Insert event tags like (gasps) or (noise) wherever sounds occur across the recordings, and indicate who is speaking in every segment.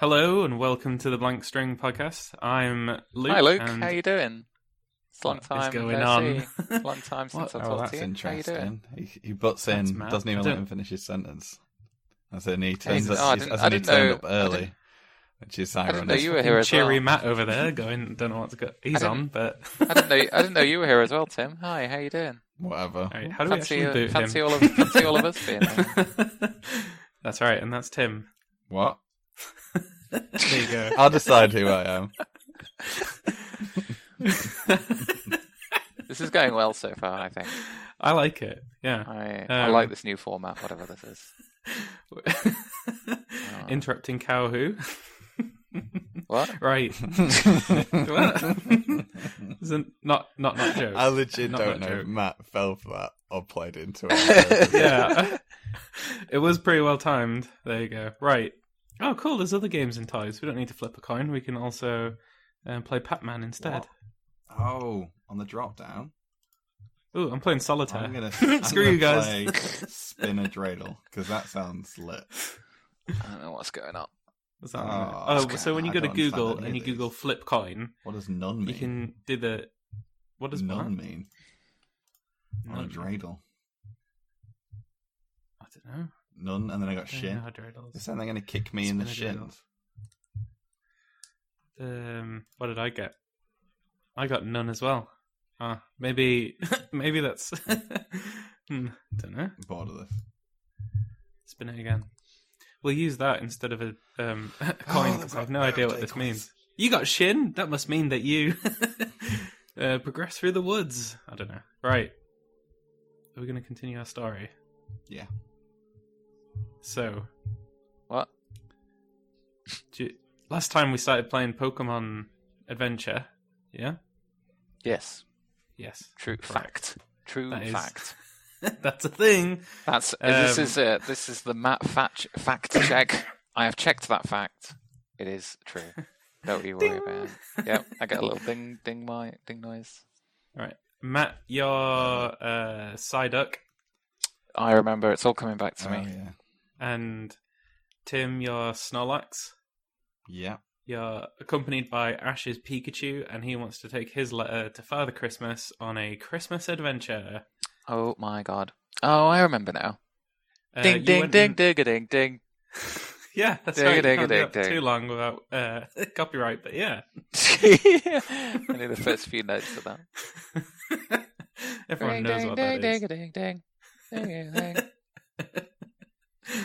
Speaker 1: Hello and welcome to the Blank String Podcast. I'm Luke.
Speaker 2: Hi Luke,
Speaker 1: and
Speaker 2: how you doing? It's a long
Speaker 1: What is
Speaker 2: time
Speaker 1: going
Speaker 2: no
Speaker 1: on?
Speaker 2: see.
Speaker 1: (laughs)
Speaker 2: long time since I
Speaker 1: What?
Speaker 2: talked
Speaker 3: Oh, that's
Speaker 2: to you. How you doing?
Speaker 3: interesting. He, he butts
Speaker 1: That's
Speaker 3: in,
Speaker 1: mad.
Speaker 3: doesn't even
Speaker 1: I
Speaker 3: let
Speaker 1: don't-
Speaker 3: him finish his sentence. As in he turns
Speaker 1: Oh,
Speaker 3: up,
Speaker 1: I
Speaker 3: he's-
Speaker 2: didn't-
Speaker 3: as
Speaker 2: I
Speaker 3: in he
Speaker 2: didn't
Speaker 3: turned
Speaker 2: know-
Speaker 3: up
Speaker 2: I didn't-
Speaker 3: early, which is
Speaker 2: I
Speaker 3: ironic.
Speaker 2: didn't know you were here as
Speaker 1: Cheery
Speaker 2: well.
Speaker 1: Matt over there going, don't know what's go- he's
Speaker 2: I didn't-
Speaker 1: on, but
Speaker 2: (laughs) I didn't know.
Speaker 1: (laughs)
Speaker 2: I didn't know you were here as well, Tim. Hi, how you doing?
Speaker 3: Whatever.
Speaker 1: All right, how do
Speaker 2: Fancy,
Speaker 1: we
Speaker 2: uh,
Speaker 1: actually boot
Speaker 2: fancy
Speaker 1: him?
Speaker 2: all of- fancy all
Speaker 1: (laughs)
Speaker 2: of us being
Speaker 1: that's right, and that's Tim.
Speaker 3: What?
Speaker 1: (laughs) There you go.
Speaker 3: I'll decide who
Speaker 1: (laughs)
Speaker 3: I am.
Speaker 2: This is going well so far, I think.
Speaker 1: I like it. Yeah.
Speaker 2: I, I
Speaker 1: Um,
Speaker 2: like this new format, whatever this is.
Speaker 1: (laughs) Interrupting cow who?
Speaker 2: What?
Speaker 1: (laughs) right. Isn't not not
Speaker 2: (laughs)
Speaker 1: not joke.
Speaker 3: I legit
Speaker 1: Not that
Speaker 3: don't know
Speaker 1: joke.
Speaker 3: if Matt fell for that or played into
Speaker 1: (laughs)
Speaker 3: it.
Speaker 1: yeah. it was pretty well timed. There you go. Right. Oh, cool. There's other games and ties. We don't need to flip a coin. We can also um, play Pac Man instead.
Speaker 3: oh, on the drop down.
Speaker 1: Ooh, I'm playing solitaire. (laughs)
Speaker 3: I'm gonna I'm
Speaker 1: Screw
Speaker 3: gonna
Speaker 1: you guys.
Speaker 3: play spin a dreidel because that sounds lit.
Speaker 2: I don't know what's going on.
Speaker 1: (laughs) What's that
Speaker 3: Oh,
Speaker 1: one?
Speaker 3: that's
Speaker 1: oh,
Speaker 3: good.
Speaker 1: so when you
Speaker 3: I
Speaker 1: go to
Speaker 3: don't understand
Speaker 1: Google and
Speaker 3: any
Speaker 1: you
Speaker 3: of these.
Speaker 1: Google flip coin,
Speaker 3: What does none mean?
Speaker 1: you can do the. What does
Speaker 3: none
Speaker 1: what?
Speaker 3: mean on a
Speaker 1: None.
Speaker 3: dreidel?
Speaker 1: I don't know.
Speaker 3: None, and then I got
Speaker 1: I don't
Speaker 3: shin.
Speaker 1: know how dreidels-
Speaker 3: They're saying they're going to kick me in the
Speaker 1: Spin a dreidel.
Speaker 3: shins.
Speaker 1: Um, what did I get? I got none as well. Ah, maybe, (laughs) maybe that's. hmm, don't know.
Speaker 3: I'm bored of this.
Speaker 1: Spin it again. We'll use that instead of a um, (laughs) coin because I have no idea what this means. You got shin. That must mean that you (laughs) uh, progress through the woods. I don't know. Right. Are we going to continue our story?
Speaker 3: Yeah.
Speaker 1: So,
Speaker 2: What?
Speaker 1: do you- last time we started playing Pokemon Adventure. Yeah.
Speaker 2: Yes,
Speaker 1: Yes.
Speaker 2: true fact. True
Speaker 1: That is-
Speaker 2: fact.
Speaker 1: (laughs) That's a thing.
Speaker 2: That's this
Speaker 1: Um,
Speaker 2: is uh, this is the Matt fact fact
Speaker 1: (coughs)
Speaker 2: check. I have checked that fact. It is true. Don't you worry
Speaker 1: (laughs) Ding.
Speaker 2: about. it. Yep, I get a little ding ding my ding noise.
Speaker 1: (laughs) Matt, your uh, Psyduck
Speaker 2: I remember. It's all coming back to
Speaker 3: Oh,
Speaker 2: me.
Speaker 3: yeah.
Speaker 1: and Tim, your Snorlax.
Speaker 3: Yeah.
Speaker 1: You're accompanied by Ash's Pikachu, and he wants to take his letter to Father Christmas on a Christmas adventure.
Speaker 2: Oh my god. Oh, I remember now.
Speaker 1: Uh,
Speaker 2: ding
Speaker 1: you
Speaker 2: ding
Speaker 1: went
Speaker 2: ding
Speaker 1: and-
Speaker 2: ding ding
Speaker 1: (laughs)
Speaker 2: ding.
Speaker 1: Yeah, that's
Speaker 2: Ding,
Speaker 1: right.
Speaker 2: ding,
Speaker 1: You can't do
Speaker 2: ding,
Speaker 1: that for
Speaker 2: ding.
Speaker 1: too long without uh, (laughs) copyright, but yeah. (laughs)
Speaker 2: I knew the first few notes of that.
Speaker 1: Everyone
Speaker 2: ding,
Speaker 1: knows
Speaker 2: ding,
Speaker 1: what
Speaker 2: ding,
Speaker 1: that is.
Speaker 2: ding, ding, ding, ding, ding, ding. (laughs)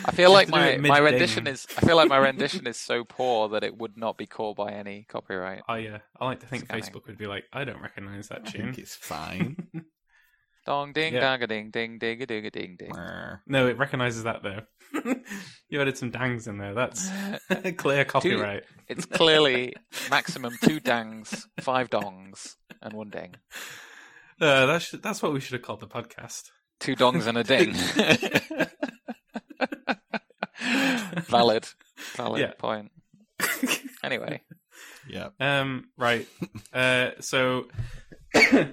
Speaker 2: I feel like my, my rendition is I feel like my rendition is so poor that it would not be caught by any copyright.
Speaker 1: Oh yeah, I like to think
Speaker 2: Scanning.
Speaker 1: Facebook would be like, I don't recognize that
Speaker 3: I
Speaker 1: tune.
Speaker 3: think it's fine.
Speaker 1: (laughs)
Speaker 2: Dong ding
Speaker 1: Yeah.
Speaker 2: dong ding ding ding ding ding ding.
Speaker 3: Brr.
Speaker 1: no, it recognizes that though. (laughs) you added some dangs in there. That's
Speaker 2: (laughs)
Speaker 1: clear copyright.
Speaker 2: It's clearly maximum two dangs, five dongs, and one ding.
Speaker 1: Uh, that's that's what we should have called the podcast.
Speaker 2: Two dongs and
Speaker 1: (laughs)
Speaker 2: a ding. (laughs) valid, valid
Speaker 1: Yeah.
Speaker 2: point. Anyway,
Speaker 3: yeah.
Speaker 1: Um,
Speaker 2: (laughs)
Speaker 1: right. uh, so (coughs) uh,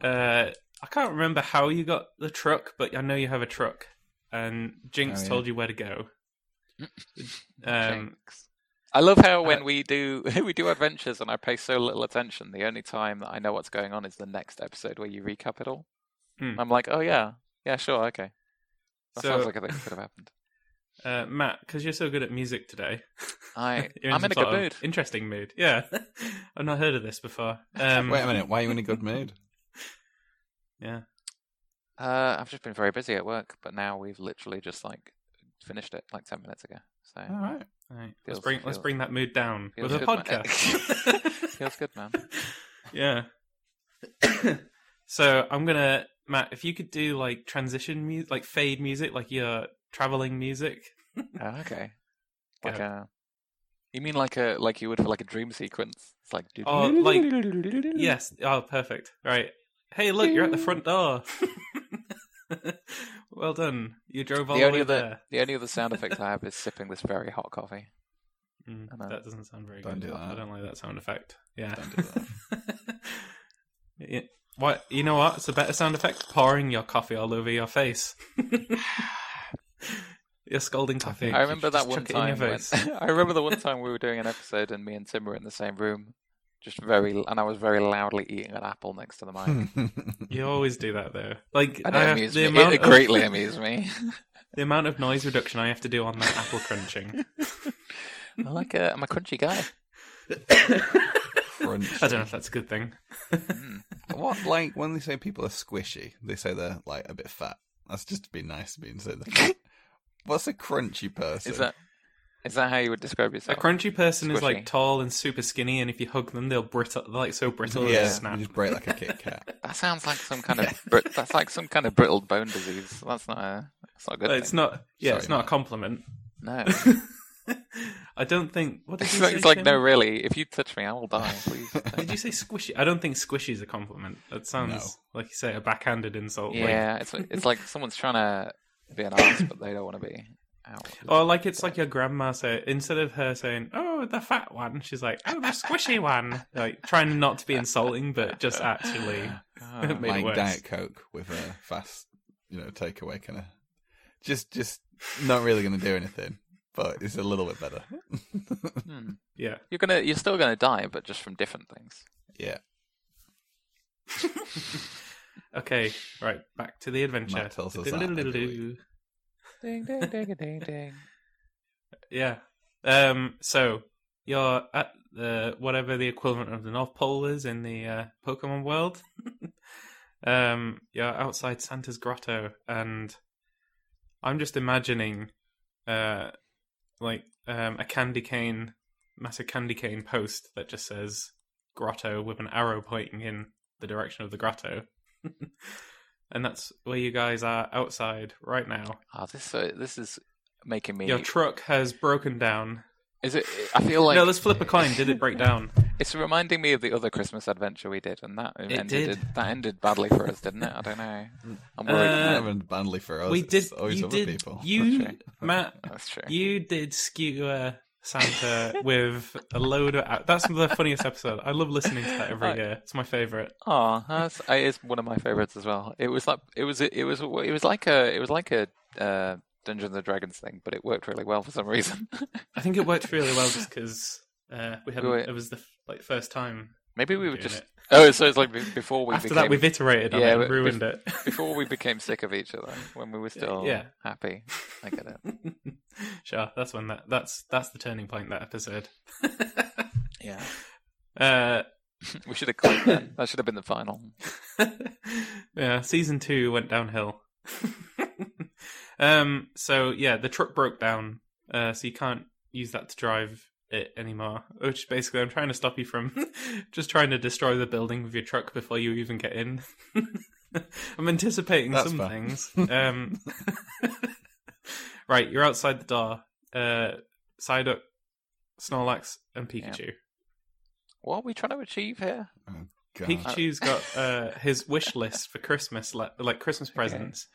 Speaker 1: I can't remember how you got the truck, but I know you have a truck, and Jinx
Speaker 3: Oh, yeah.
Speaker 1: told you where to
Speaker 2: (laughs)
Speaker 1: go. (laughs) Um,
Speaker 2: thanks. I love how
Speaker 1: uh,
Speaker 2: when we do (laughs) we do adventures and I pay so little attention, the only time that I know what's going on is the next episode where you recap it all.
Speaker 1: Hmm.
Speaker 2: I'm like, oh yeah, yeah, sure, okay. That sounds
Speaker 1: So-
Speaker 2: like a thing that could have happened.
Speaker 1: uh, Matt, because you're so good at music
Speaker 2: (laughs)
Speaker 1: today,
Speaker 2: I
Speaker 1: (laughs) (laughs) you're
Speaker 2: I'm
Speaker 1: some
Speaker 2: in a
Speaker 1: sort
Speaker 2: good
Speaker 1: of
Speaker 2: mood.
Speaker 1: Interesting mood. Yeah, (laughs) I've not heard of this
Speaker 2: (laughs)
Speaker 1: before. Um,
Speaker 3: Wait a minute. Why are you in a good
Speaker 1: (laughs)
Speaker 3: mood?
Speaker 2: Uh, I've just been very busy at work, but now we've literally just like finished it like ten minutes ago. So
Speaker 3: All (laughs) right.
Speaker 1: Right, let's
Speaker 2: Feels-
Speaker 1: bring let's
Speaker 2: feels-
Speaker 1: bring that mood down with
Speaker 2: feels
Speaker 1: a
Speaker 2: good, mate. (laughs)
Speaker 1: podcast. (laughs)
Speaker 2: feels good, man.
Speaker 1: yeah. so I'm gonna Matt, if you could do like transition music, like fade music, like your traveling music.
Speaker 2: Oh,
Speaker 1: (laughs)
Speaker 2: okay.
Speaker 1: Go.
Speaker 2: Like a, you mean like a like you would for like a dream sequence? It's like
Speaker 1: Oh, like-
Speaker 2: Hmm.
Speaker 1: Yes. Oh, perfect. Right. Hey, look, you're at the front door. (laughs) well done. You drove all
Speaker 2: The
Speaker 1: the,
Speaker 2: only
Speaker 1: way
Speaker 2: other
Speaker 1: there.
Speaker 2: the only other sound effect I have is sipping this very
Speaker 1: (laughs)
Speaker 2: hot coffee.
Speaker 1: Mm,
Speaker 2: I know.
Speaker 1: that doesn't sound very
Speaker 3: Don't
Speaker 1: good.
Speaker 3: do
Speaker 1: I
Speaker 3: that.
Speaker 1: don't like that sound effect. Yeah.
Speaker 3: Don't do that.
Speaker 1: (laughs) yeah. What? You know
Speaker 2: (laughs)
Speaker 1: what? It's a better sound effect. Pouring your coffee all over your face. You're scalding coffee.
Speaker 3: think
Speaker 2: I
Speaker 3: you
Speaker 2: remember
Speaker 1: Just
Speaker 2: that one
Speaker 1: chuck it in your
Speaker 2: time. When,
Speaker 1: face.
Speaker 2: (laughs) I remember the one time we were doing an episode and me and Tim were in the same room, just very, and I was very loudly eating an apple next to the mic.
Speaker 1: You always do that though. Like
Speaker 2: And
Speaker 1: I
Speaker 2: it
Speaker 1: have-
Speaker 2: amused
Speaker 1: Hmm. Uh, the
Speaker 2: me.
Speaker 1: amount
Speaker 2: It
Speaker 1: of-
Speaker 2: greatly amused me.
Speaker 1: (laughs)
Speaker 2: (laughs)
Speaker 1: the amount of noise reduction I have to do on that apple crunching.
Speaker 2: I like a, I'm a crunchy guy.
Speaker 1: I don't know if that's a good thing.
Speaker 3: What like when they say people are squishy, they say they're like a bit fat. That's just to be nice being said. they're
Speaker 1: (laughs)
Speaker 3: fat. What's a crunchy person?
Speaker 2: Is that is that how you would describe
Speaker 1: A
Speaker 2: yourself?
Speaker 1: crunchy person is
Speaker 2: Squishy.
Speaker 1: like tall and super skinny, and if you hug them, they'll brittle. They're like so brittle they
Speaker 3: yeah,
Speaker 1: just snap.
Speaker 3: you just break like a Kit Kat.
Speaker 2: that sounds like some kind of brit- that's like some kind of brittle bone disease. That's not a that's not a good.
Speaker 1: Uh, It's
Speaker 2: thing.
Speaker 1: not. Yeah,
Speaker 3: Sorry,
Speaker 1: it's not
Speaker 3: Matt.
Speaker 1: a compliment. (laughs)
Speaker 2: No,
Speaker 1: I don't think. What did
Speaker 2: it's
Speaker 1: you
Speaker 2: like,
Speaker 1: say?
Speaker 2: it's like
Speaker 1: Tim?
Speaker 2: no, really. If you touch me, I will die. Please. (laughs)
Speaker 1: Did you say squishy? I don't think squishy is a compliment. That sounds like you say a backhanded insult. like-
Speaker 2: yeah, it's it's like someone's trying to be an ass, but they don't want to be. Out.
Speaker 1: or like it's like your grandma say instead of her saying, "Oh, the fat one," she's like, "Oh, the squishy one." Like trying not to be insulting, but just actually. (laughs)
Speaker 2: Ah.
Speaker 1: Made it
Speaker 3: Like
Speaker 1: worse.
Speaker 3: Diet Coke with a fast, you know, takeaway kind of. Just, just not really going to do anything, but it's a little bit better.
Speaker 2: Hmm.
Speaker 1: Yeah.
Speaker 2: You're gonna, you're still gonna die, but just from different things.
Speaker 3: Yeah,
Speaker 1: Okay. Right. Back to the adventure.
Speaker 3: Matt tells us that every week.
Speaker 2: Ding ding ding ding ding.
Speaker 1: Yeah. Um. So you're at the whatever the equivalent of the North Pole is in the uh, Pokemon world. (laughs) um. You're outside Santa's grotto, and I'm just imagining, uh, like um a candy cane, massive candy cane post that just says grotto with an arrow pointing in the direction of the grotto. (laughs) And that's where you guys are outside right now.
Speaker 2: (laughs) Ah, this so this is making me.
Speaker 1: Your truck has broken down.
Speaker 2: is it? I feel like
Speaker 1: no, let's flip a coin. Did it break
Speaker 3: (laughs)
Speaker 1: down?
Speaker 2: It's reminding me of the other Christmas adventure we did, and that ended
Speaker 1: did.
Speaker 2: that ended badly for us, didn't it? I don't know. I'm worried.
Speaker 1: Uh,
Speaker 2: now.
Speaker 3: Not even badly for us.
Speaker 1: we did.
Speaker 3: It's always
Speaker 1: You
Speaker 3: other
Speaker 1: did.
Speaker 3: people.
Speaker 1: You,
Speaker 2: That's
Speaker 1: Matt,
Speaker 2: That's true.
Speaker 1: you did skewer Santa
Speaker 2: (laughs)
Speaker 1: with a load of. That's the funniest episode. I love listening to that every
Speaker 2: Right.
Speaker 1: year. It's my favorite.
Speaker 2: Oh, that's I- it's one of my favorites as well. It was like it was it was it was like a it was like a uh, Dungeons and Dragons thing, but it worked really well for some reason. (laughs)
Speaker 1: I think it worked really well just because uh, we had
Speaker 2: Wait.
Speaker 1: not it was the f- like first time.
Speaker 2: Maybe we were
Speaker 1: doing
Speaker 2: just
Speaker 1: it.
Speaker 2: oh, so it's like be- before we
Speaker 1: After
Speaker 2: became,
Speaker 1: that, we've iterated on
Speaker 2: Yeah,
Speaker 1: it,
Speaker 2: but
Speaker 1: and ruined it.
Speaker 2: before we became sick of each other when we were still
Speaker 1: yeah.
Speaker 2: happy. I get
Speaker 1: (laughs)
Speaker 2: it.
Speaker 1: sure, that's when that that's that's the turning point. That episode. (laughs)
Speaker 2: Yeah,
Speaker 1: Uh,
Speaker 2: (laughs) we should have clicked that. That should have been the final.
Speaker 1: (laughs) yeah, season two went downhill. (laughs) um, so yeah, the truck broke down, uh, so you can't use that to drive it anymore. Which basically, I'm trying to stop you from (laughs) just trying to destroy the building with your truck before you even get in. (laughs) I'm anticipating
Speaker 3: That's
Speaker 1: some
Speaker 3: fair.
Speaker 1: things. Um, (laughs) right, you're outside the door. Uh, Psyduck, Snorlax, and Pikachu.
Speaker 2: What are we trying to achieve here?
Speaker 3: God.
Speaker 1: Pikachu's got uh, his wish list for Christmas, like, like Christmas presents.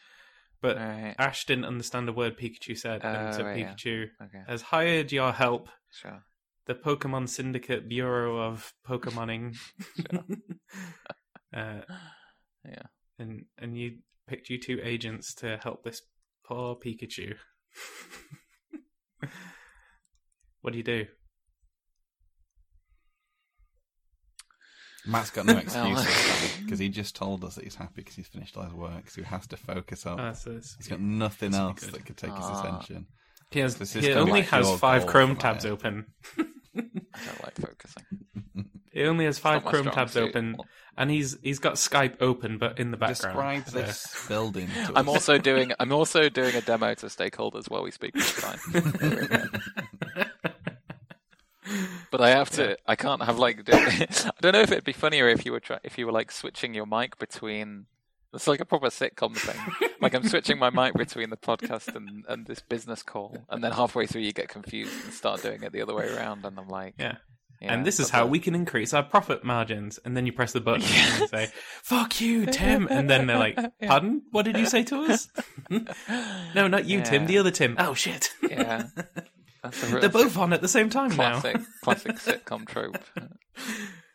Speaker 1: But
Speaker 2: Right.
Speaker 1: Ash didn't understand a word Pikachu said, and
Speaker 2: Oh,
Speaker 1: so
Speaker 2: right, yeah.
Speaker 1: Pikachu
Speaker 2: Okay.
Speaker 1: has hired your help,
Speaker 2: Sure.
Speaker 1: the Pokemon Syndicate Bureau of Pokemoning. (laughs) uh,
Speaker 2: Yeah.
Speaker 1: and and you picked you two agents to help this poor Pikachu. (laughs) what do you do?
Speaker 3: Matt's
Speaker 1: (laughs)
Speaker 3: got no
Speaker 1: Oh,
Speaker 2: Well- (laughs)
Speaker 3: (laughs) excuses because he just told us that he's happy because he's finished all his work, so he has to focus on.
Speaker 1: Uh, so it's-
Speaker 3: he's got nothing
Speaker 1: That's
Speaker 3: else
Speaker 1: good.
Speaker 3: that could take his
Speaker 2: Ah.
Speaker 3: attention.
Speaker 1: he has-
Speaker 3: this is
Speaker 1: he
Speaker 3: kinda
Speaker 1: only
Speaker 3: like
Speaker 1: has
Speaker 3: your
Speaker 1: five
Speaker 3: goal
Speaker 1: Chrome
Speaker 3: from
Speaker 1: tabs
Speaker 3: there.
Speaker 1: open.
Speaker 2: I don't like focusing.
Speaker 1: He only has
Speaker 2: Not
Speaker 1: five
Speaker 2: my
Speaker 1: Chrome
Speaker 2: strong
Speaker 1: tabs
Speaker 2: suit.
Speaker 1: open, and he's he's got Skype open, but in the background.
Speaker 3: Describe
Speaker 1: so-
Speaker 3: this
Speaker 1: (laughs)
Speaker 3: building. To
Speaker 2: I'm
Speaker 3: us.
Speaker 2: also doing I'm also doing a demo to stakeholders while we speak this time.
Speaker 1: (laughs)
Speaker 2: But I have to I can't have like do- (laughs) I don't know if it'd be funnier if you were try, if you were like switching your mic between it's like a proper sitcom thing. like I'm switching my mic between the podcast and, and this business call, and then halfway through you get confused and start doing it the other way around, and I'm like,
Speaker 1: Yeah.
Speaker 2: yeah,
Speaker 1: and this is
Speaker 2: that's
Speaker 1: how
Speaker 2: it.
Speaker 1: we can increase our profit margins. And then you press the button and
Speaker 2: (laughs)
Speaker 1: they say, "Fuck you, Tim." And then they're like,
Speaker 2: Yeah.
Speaker 1: "Pardon? What did you say to
Speaker 2: (laughs)
Speaker 1: us?" no, not you, Tim.
Speaker 2: Yeah.
Speaker 1: The other Tim. Oh shit!
Speaker 2: (laughs) yeah. That's a
Speaker 1: (laughs)
Speaker 2: real
Speaker 1: They're both on at the same time
Speaker 2: classic
Speaker 1: now.
Speaker 2: classic
Speaker 1: (laughs)
Speaker 2: sitcom trope.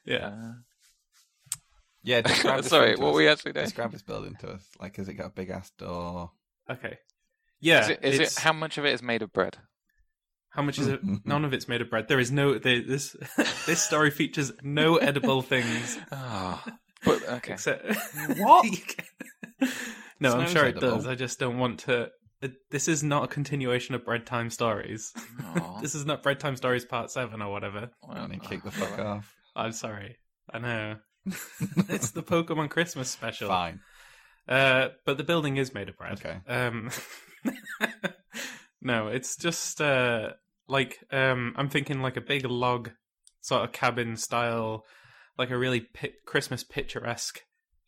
Speaker 1: Yeah.
Speaker 2: Uh,
Speaker 3: yeah. (laughs) Describe this
Speaker 2: (laughs) sorry,
Speaker 3: thing to
Speaker 2: what
Speaker 3: us.
Speaker 2: we actually doing?
Speaker 3: describe this building to us. Like, has it got a big ass door?
Speaker 1: Okay. Yeah.
Speaker 2: Uh, Is, it, is it
Speaker 1: it's-
Speaker 2: how much of it is made of bread?
Speaker 1: How much is
Speaker 2: (laughs)
Speaker 1: it? None of it's made of bread. There is no there, this. (laughs) this story features no edible things
Speaker 2: Oh, (laughs) but okay.
Speaker 1: except (laughs)
Speaker 3: What? (laughs)
Speaker 1: no, I'm
Speaker 3: Snow's
Speaker 1: sure it
Speaker 3: edible.
Speaker 1: does. I just don't want to. it- This is not a continuation of Bread Time Stories. (laughs)
Speaker 2: Aw.
Speaker 1: This is not Bread Time Stories Part Seven or whatever.
Speaker 2: (laughs) Well, uh,
Speaker 3: And he kicked the fuck off. (laughs)
Speaker 1: I'm sorry. I know it's the Pokemon Christmas special.
Speaker 3: Fine.
Speaker 1: Uh, but the building is made of bread.
Speaker 3: Okay.
Speaker 1: Um, (laughs) no, it's just uh, like um, I'm thinking like a big log sort of cabin style, like a really pi- Christmas picturesque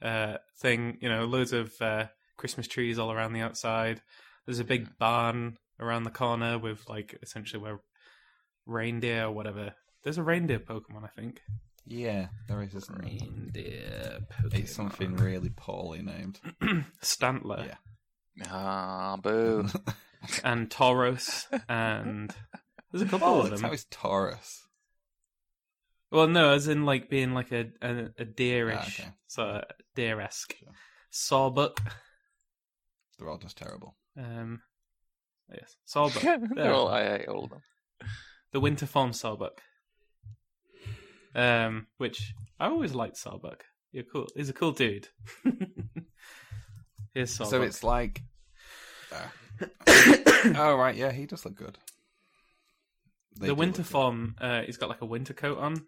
Speaker 1: uh, thing. You know, loads of uh, Christmas trees all around the outside. There's a big barn around the corner with like essentially where reindeer or whatever. There's a reindeer Pokemon, I think.
Speaker 3: Yeah, there is isn't there?
Speaker 1: Reindeer
Speaker 3: It's something really poorly named.
Speaker 1: (clears throat) Stantler.
Speaker 3: Yeah.
Speaker 2: Ah, (laughs) boo.
Speaker 1: and Tauros and there's a couple
Speaker 3: (laughs) Oh,
Speaker 1: of
Speaker 3: that's
Speaker 1: them.
Speaker 3: how it's Taurus.
Speaker 1: Well, no, as in like being like a a, a deerish,
Speaker 3: Ah, okay.
Speaker 1: sort of deer-esque
Speaker 3: Sure.
Speaker 1: sawbuck.
Speaker 3: They're all just terrible.
Speaker 1: Um, yes,
Speaker 2: (laughs)
Speaker 1: sawbuck.
Speaker 2: They're all, I hate all of them.
Speaker 1: the winter form sawbuck. Um, which I always liked sawbuck. You're cool. He's a cool dude. (laughs) Here's sawbuck.
Speaker 3: So it's like. Ah. (coughs) oh right, yeah, he does look good. They
Speaker 1: the
Speaker 3: do
Speaker 1: winter
Speaker 3: look good.
Speaker 1: form. Uh, he's got like a winter coat on.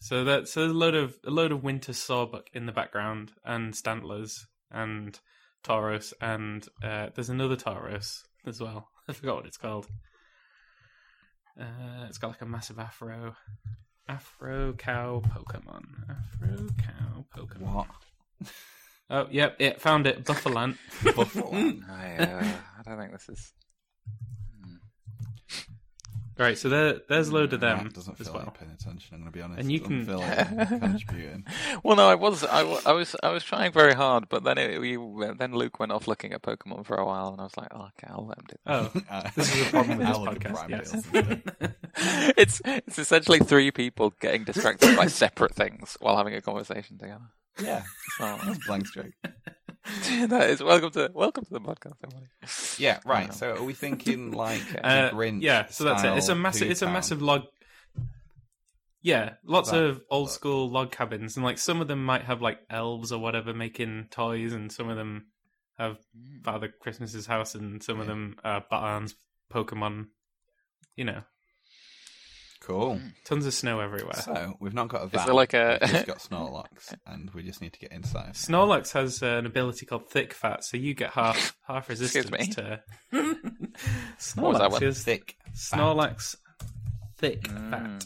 Speaker 1: So that's so there's a load of a load of winter sawbuck in the background, and Stantlers, and Tauros, and uh, there's another Tauros as well. (laughs) I forgot what it's called. Uh, it's got like a massive afro, afro cow Pokemon, afro cow Pokemon.
Speaker 3: What?
Speaker 1: Oh, yep, yeah, found it.
Speaker 3: (laughs)
Speaker 1: Buffalant.
Speaker 3: Buffalo.
Speaker 2: I, uh, I don't think this is.
Speaker 1: right, so there, there's a load of them
Speaker 3: Matt doesn't feel
Speaker 1: as
Speaker 3: like
Speaker 1: well.
Speaker 3: paying attention. I'm going to be honest.
Speaker 1: And you can-
Speaker 3: Doesn't feel
Speaker 1: (laughs)
Speaker 3: like contributing.
Speaker 2: Well, no, I was, I, wa- I was, I was trying very hard, but then it, you, then Luke went off looking at Pokemon for a while, and I was like, oh, okay, I'll let him do that.
Speaker 3: (laughs)
Speaker 1: Oh,
Speaker 3: Uh,
Speaker 1: this (laughs) is a problem with this podcast. (laughs) Yes.
Speaker 2: it's, it's essentially three people getting distracted by separate things while having a conversation together.
Speaker 3: yeah,
Speaker 2: So, (laughs)
Speaker 3: that's blank stroke.
Speaker 2: that is welcome to welcome to the podcast, everybody.
Speaker 3: (laughs) Yeah,
Speaker 2: Wow.
Speaker 3: right. So are we
Speaker 1: (laughs)
Speaker 3: thinking like
Speaker 1: Uh,
Speaker 3: the Grinch?
Speaker 1: yeah, so that's it. It's a massive. It's a massive log. Yeah, lots
Speaker 3: That
Speaker 1: of old
Speaker 3: log.
Speaker 1: school log cabins, and like some of them might have like elves or whatever making toys, and some of them have Father Christmas's house, and some of
Speaker 3: Yeah.
Speaker 1: them are Batman's Pokemon. You know,
Speaker 3: Cool.
Speaker 1: tons of snow everywhere.
Speaker 3: So we've not got a van.
Speaker 2: there like a-
Speaker 3: We've just (laughs) got Snorlax, and we just need to get inside.
Speaker 1: Snorlax has uh, an ability called Thick Fat, so you get half half resistance
Speaker 2: me.
Speaker 1: to.
Speaker 2: What was
Speaker 1: Snorlax
Speaker 2: that one? Ah.
Speaker 1: is
Speaker 3: Thick.
Speaker 1: Snorlax, thick fat.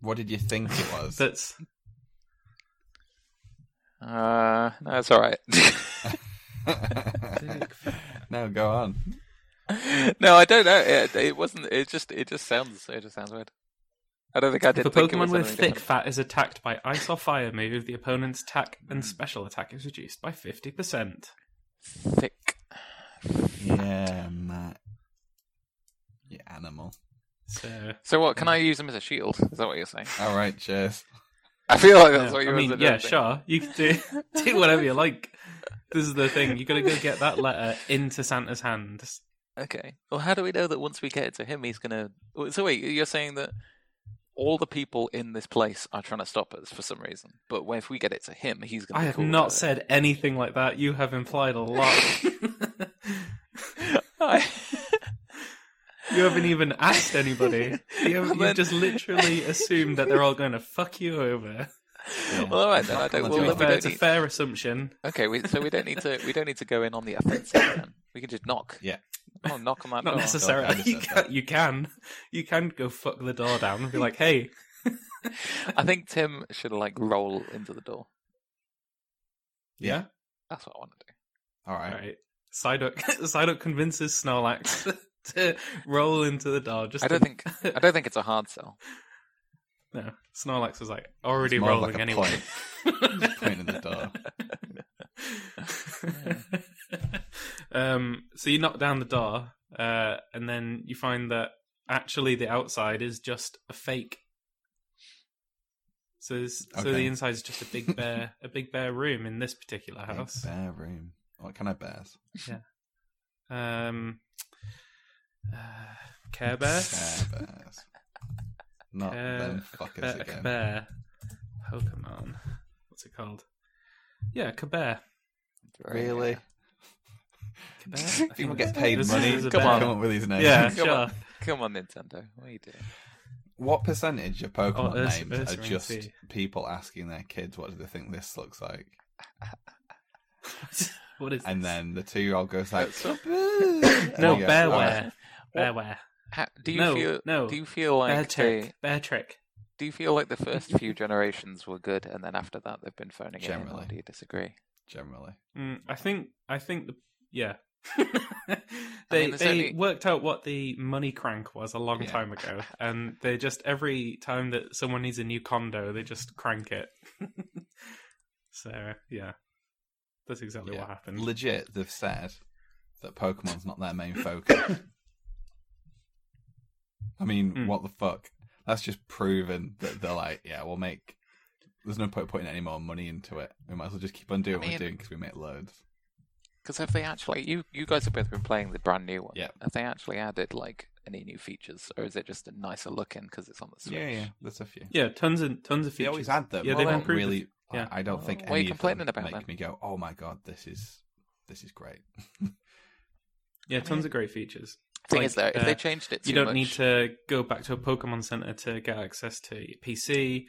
Speaker 3: What did you think it was?
Speaker 1: That's
Speaker 2: Uh, no, it's all right. (laughs)
Speaker 1: (laughs)
Speaker 3: no, go on.
Speaker 2: no, I don't know. It, it wasn't. It just. It just sounds. It just sounds weird. I don't think I
Speaker 1: If
Speaker 2: did.
Speaker 1: a
Speaker 2: think it was
Speaker 1: Pokemon with
Speaker 2: something
Speaker 1: thick
Speaker 2: different.
Speaker 1: fat is attacked by ice or fire move, the opponent's attack and
Speaker 2: Hmm.
Speaker 1: special attack is reduced by 50%.
Speaker 2: Thick.
Speaker 3: Yeah, Matt. You animal.
Speaker 1: So,
Speaker 2: So what? Can I use them as a shield? Is that what you're saying?
Speaker 3: All right, cheers.
Speaker 2: I feel like that's
Speaker 1: yeah,
Speaker 2: what
Speaker 1: I
Speaker 2: you're.
Speaker 1: mean, yeah, sure. You can do, do whatever you
Speaker 2: (laughs)
Speaker 1: like. This is the thing. you got to go get that letter into Santa's hand.
Speaker 2: Okay. Well, how do we know that once we get it to him, he's gonna? Wait, So wait, you're saying that all the people in this place are trying to stop us for some reason, but when- if we get it to him, he's gonna.
Speaker 1: I
Speaker 2: be
Speaker 1: have
Speaker 2: cool
Speaker 1: not
Speaker 2: about it.
Speaker 1: said anything like that. You have implied a lot.
Speaker 2: (laughs)
Speaker 1: (laughs)
Speaker 2: I-
Speaker 1: you haven't even asked
Speaker 2: (laughs)
Speaker 1: anybody. You have,
Speaker 2: And
Speaker 1: you've
Speaker 2: then-
Speaker 1: just literally assumed that they're all going to fuck you over.
Speaker 2: Well, all right then. I don't.
Speaker 3: gonna
Speaker 2: Well,
Speaker 3: do
Speaker 1: To be
Speaker 2: then we
Speaker 1: fair,
Speaker 2: don't
Speaker 1: it's a
Speaker 2: need-
Speaker 1: fair assumption.
Speaker 2: Okay, we, so we don't need to we don't need to go in on the offensive. Then. We can just knock.
Speaker 3: Yeah.
Speaker 2: Oh, knock on
Speaker 1: (laughs)
Speaker 2: that
Speaker 1: Not
Speaker 2: door.
Speaker 1: necessarily.
Speaker 3: God, I
Speaker 1: you,
Speaker 3: said
Speaker 1: can, you can. You can go fuck the door down and be like, hey,
Speaker 2: I think Tim should like roll into the door.
Speaker 1: yeah,
Speaker 2: That's what I want to do.
Speaker 3: All (laughs) right. (laughs)
Speaker 1: alright. Psyduck, (laughs) Psyduck convinces Snorlax (laughs) to roll into the door. Just
Speaker 2: I don't
Speaker 1: to-
Speaker 2: think I don't think it's a hard sell.
Speaker 1: (laughs) No, Snorlax was like, already
Speaker 3: It's more of
Speaker 1: rolling
Speaker 3: like a
Speaker 1: anyway. (laughs)
Speaker 3: Point in the door.
Speaker 1: um, so you knock down the door, uh, and then you find that actually the outside is just a fake. So, there's- so
Speaker 3: Okay.
Speaker 1: the inside is just a big bare, a big bare room in this particular
Speaker 3: Big
Speaker 1: house.
Speaker 3: bear room. What can I bears?
Speaker 1: Um, uh, Care Bear,
Speaker 3: Care bears. Not
Speaker 1: Uh, Care-
Speaker 3: them fuckers
Speaker 1: Bear,
Speaker 3: again.
Speaker 1: Bear, Pokemon. What's it called? Yeah, Kabear.
Speaker 2: Right.
Speaker 3: Really?
Speaker 1: Kabear?
Speaker 3: (laughs)
Speaker 1: I think
Speaker 3: People
Speaker 1: it's-
Speaker 3: get paid
Speaker 1: there's-
Speaker 3: money.
Speaker 1: there's a
Speaker 3: Come
Speaker 1: bear.
Speaker 3: on, (laughs) come up with these names.
Speaker 1: Yeah,
Speaker 2: Come
Speaker 1: sure. (laughs)
Speaker 2: on. Come on, Nintendo. What are you doing?
Speaker 3: What percentage of Pokemon
Speaker 1: Oh, Urs-
Speaker 3: names
Speaker 1: Ursaring
Speaker 3: are just
Speaker 1: Sea.
Speaker 3: people asking their kids what do they think this looks like?
Speaker 1: What is
Speaker 3: And
Speaker 1: this?
Speaker 3: then the two year old goes
Speaker 1: (laughs)
Speaker 3: like
Speaker 2: That's so- (coughs)
Speaker 3: "Kaboo!" And
Speaker 1: no
Speaker 2: Oh,
Speaker 3: they go,
Speaker 1: Bearware, Bearware,
Speaker 2: How, do you
Speaker 1: No,
Speaker 2: feel?
Speaker 1: no.
Speaker 2: Do you feel
Speaker 1: Bear
Speaker 2: like they,
Speaker 1: Trick, Bear Trick.
Speaker 2: Do you feel like the first few generations were good, and then after that they've been phoning it in?
Speaker 3: Generally.
Speaker 2: Or do you disagree?
Speaker 3: Generally.
Speaker 1: Mm, I think I think the yeah. (laughs)
Speaker 2: I
Speaker 1: they
Speaker 2: mean, there's
Speaker 1: they
Speaker 2: only-
Speaker 1: worked out what the money crank was a long
Speaker 3: Yeah.
Speaker 1: time ago, and they just every time that someone needs a new condo, they just crank it. (laughs) so yeah, that's exactly
Speaker 3: Yeah.
Speaker 1: what happened.
Speaker 3: Legit, they've said that Pokemon's not their main focus. I mean,
Speaker 1: Hmm.
Speaker 3: what the fuck? That's just proven that they're like, yeah, we'll make. There's no point putting any more money into it. We might as well just keep on doing
Speaker 2: I
Speaker 3: what
Speaker 2: mean-
Speaker 3: we're doing because we make loads.
Speaker 2: Because have they actually? You you guys have both been playing the brand new one.
Speaker 3: Yeah.
Speaker 2: Have they actually added like any new features, or is it just a nicer looking because it's on the Switch?
Speaker 3: there's a few.
Speaker 1: Yeah, tons and tons of
Speaker 3: They
Speaker 1: features.
Speaker 3: always had them.
Speaker 1: Yeah,
Speaker 3: they
Speaker 1: they've
Speaker 3: don't
Speaker 1: improved.
Speaker 3: really.
Speaker 1: the- yeah.
Speaker 3: I, I don't
Speaker 2: Oh,
Speaker 3: think
Speaker 2: what are you
Speaker 3: any of them
Speaker 2: complaining about
Speaker 3: make
Speaker 2: then?
Speaker 3: me go, "Oh my god, this is this is great."
Speaker 1: yeah, tons of great features.
Speaker 2: Thing
Speaker 1: Like,
Speaker 2: is, though, if
Speaker 1: uh,
Speaker 2: they changed it, too
Speaker 1: you don't
Speaker 2: much,
Speaker 1: need to go back to a Pokemon Center to get access to your PC.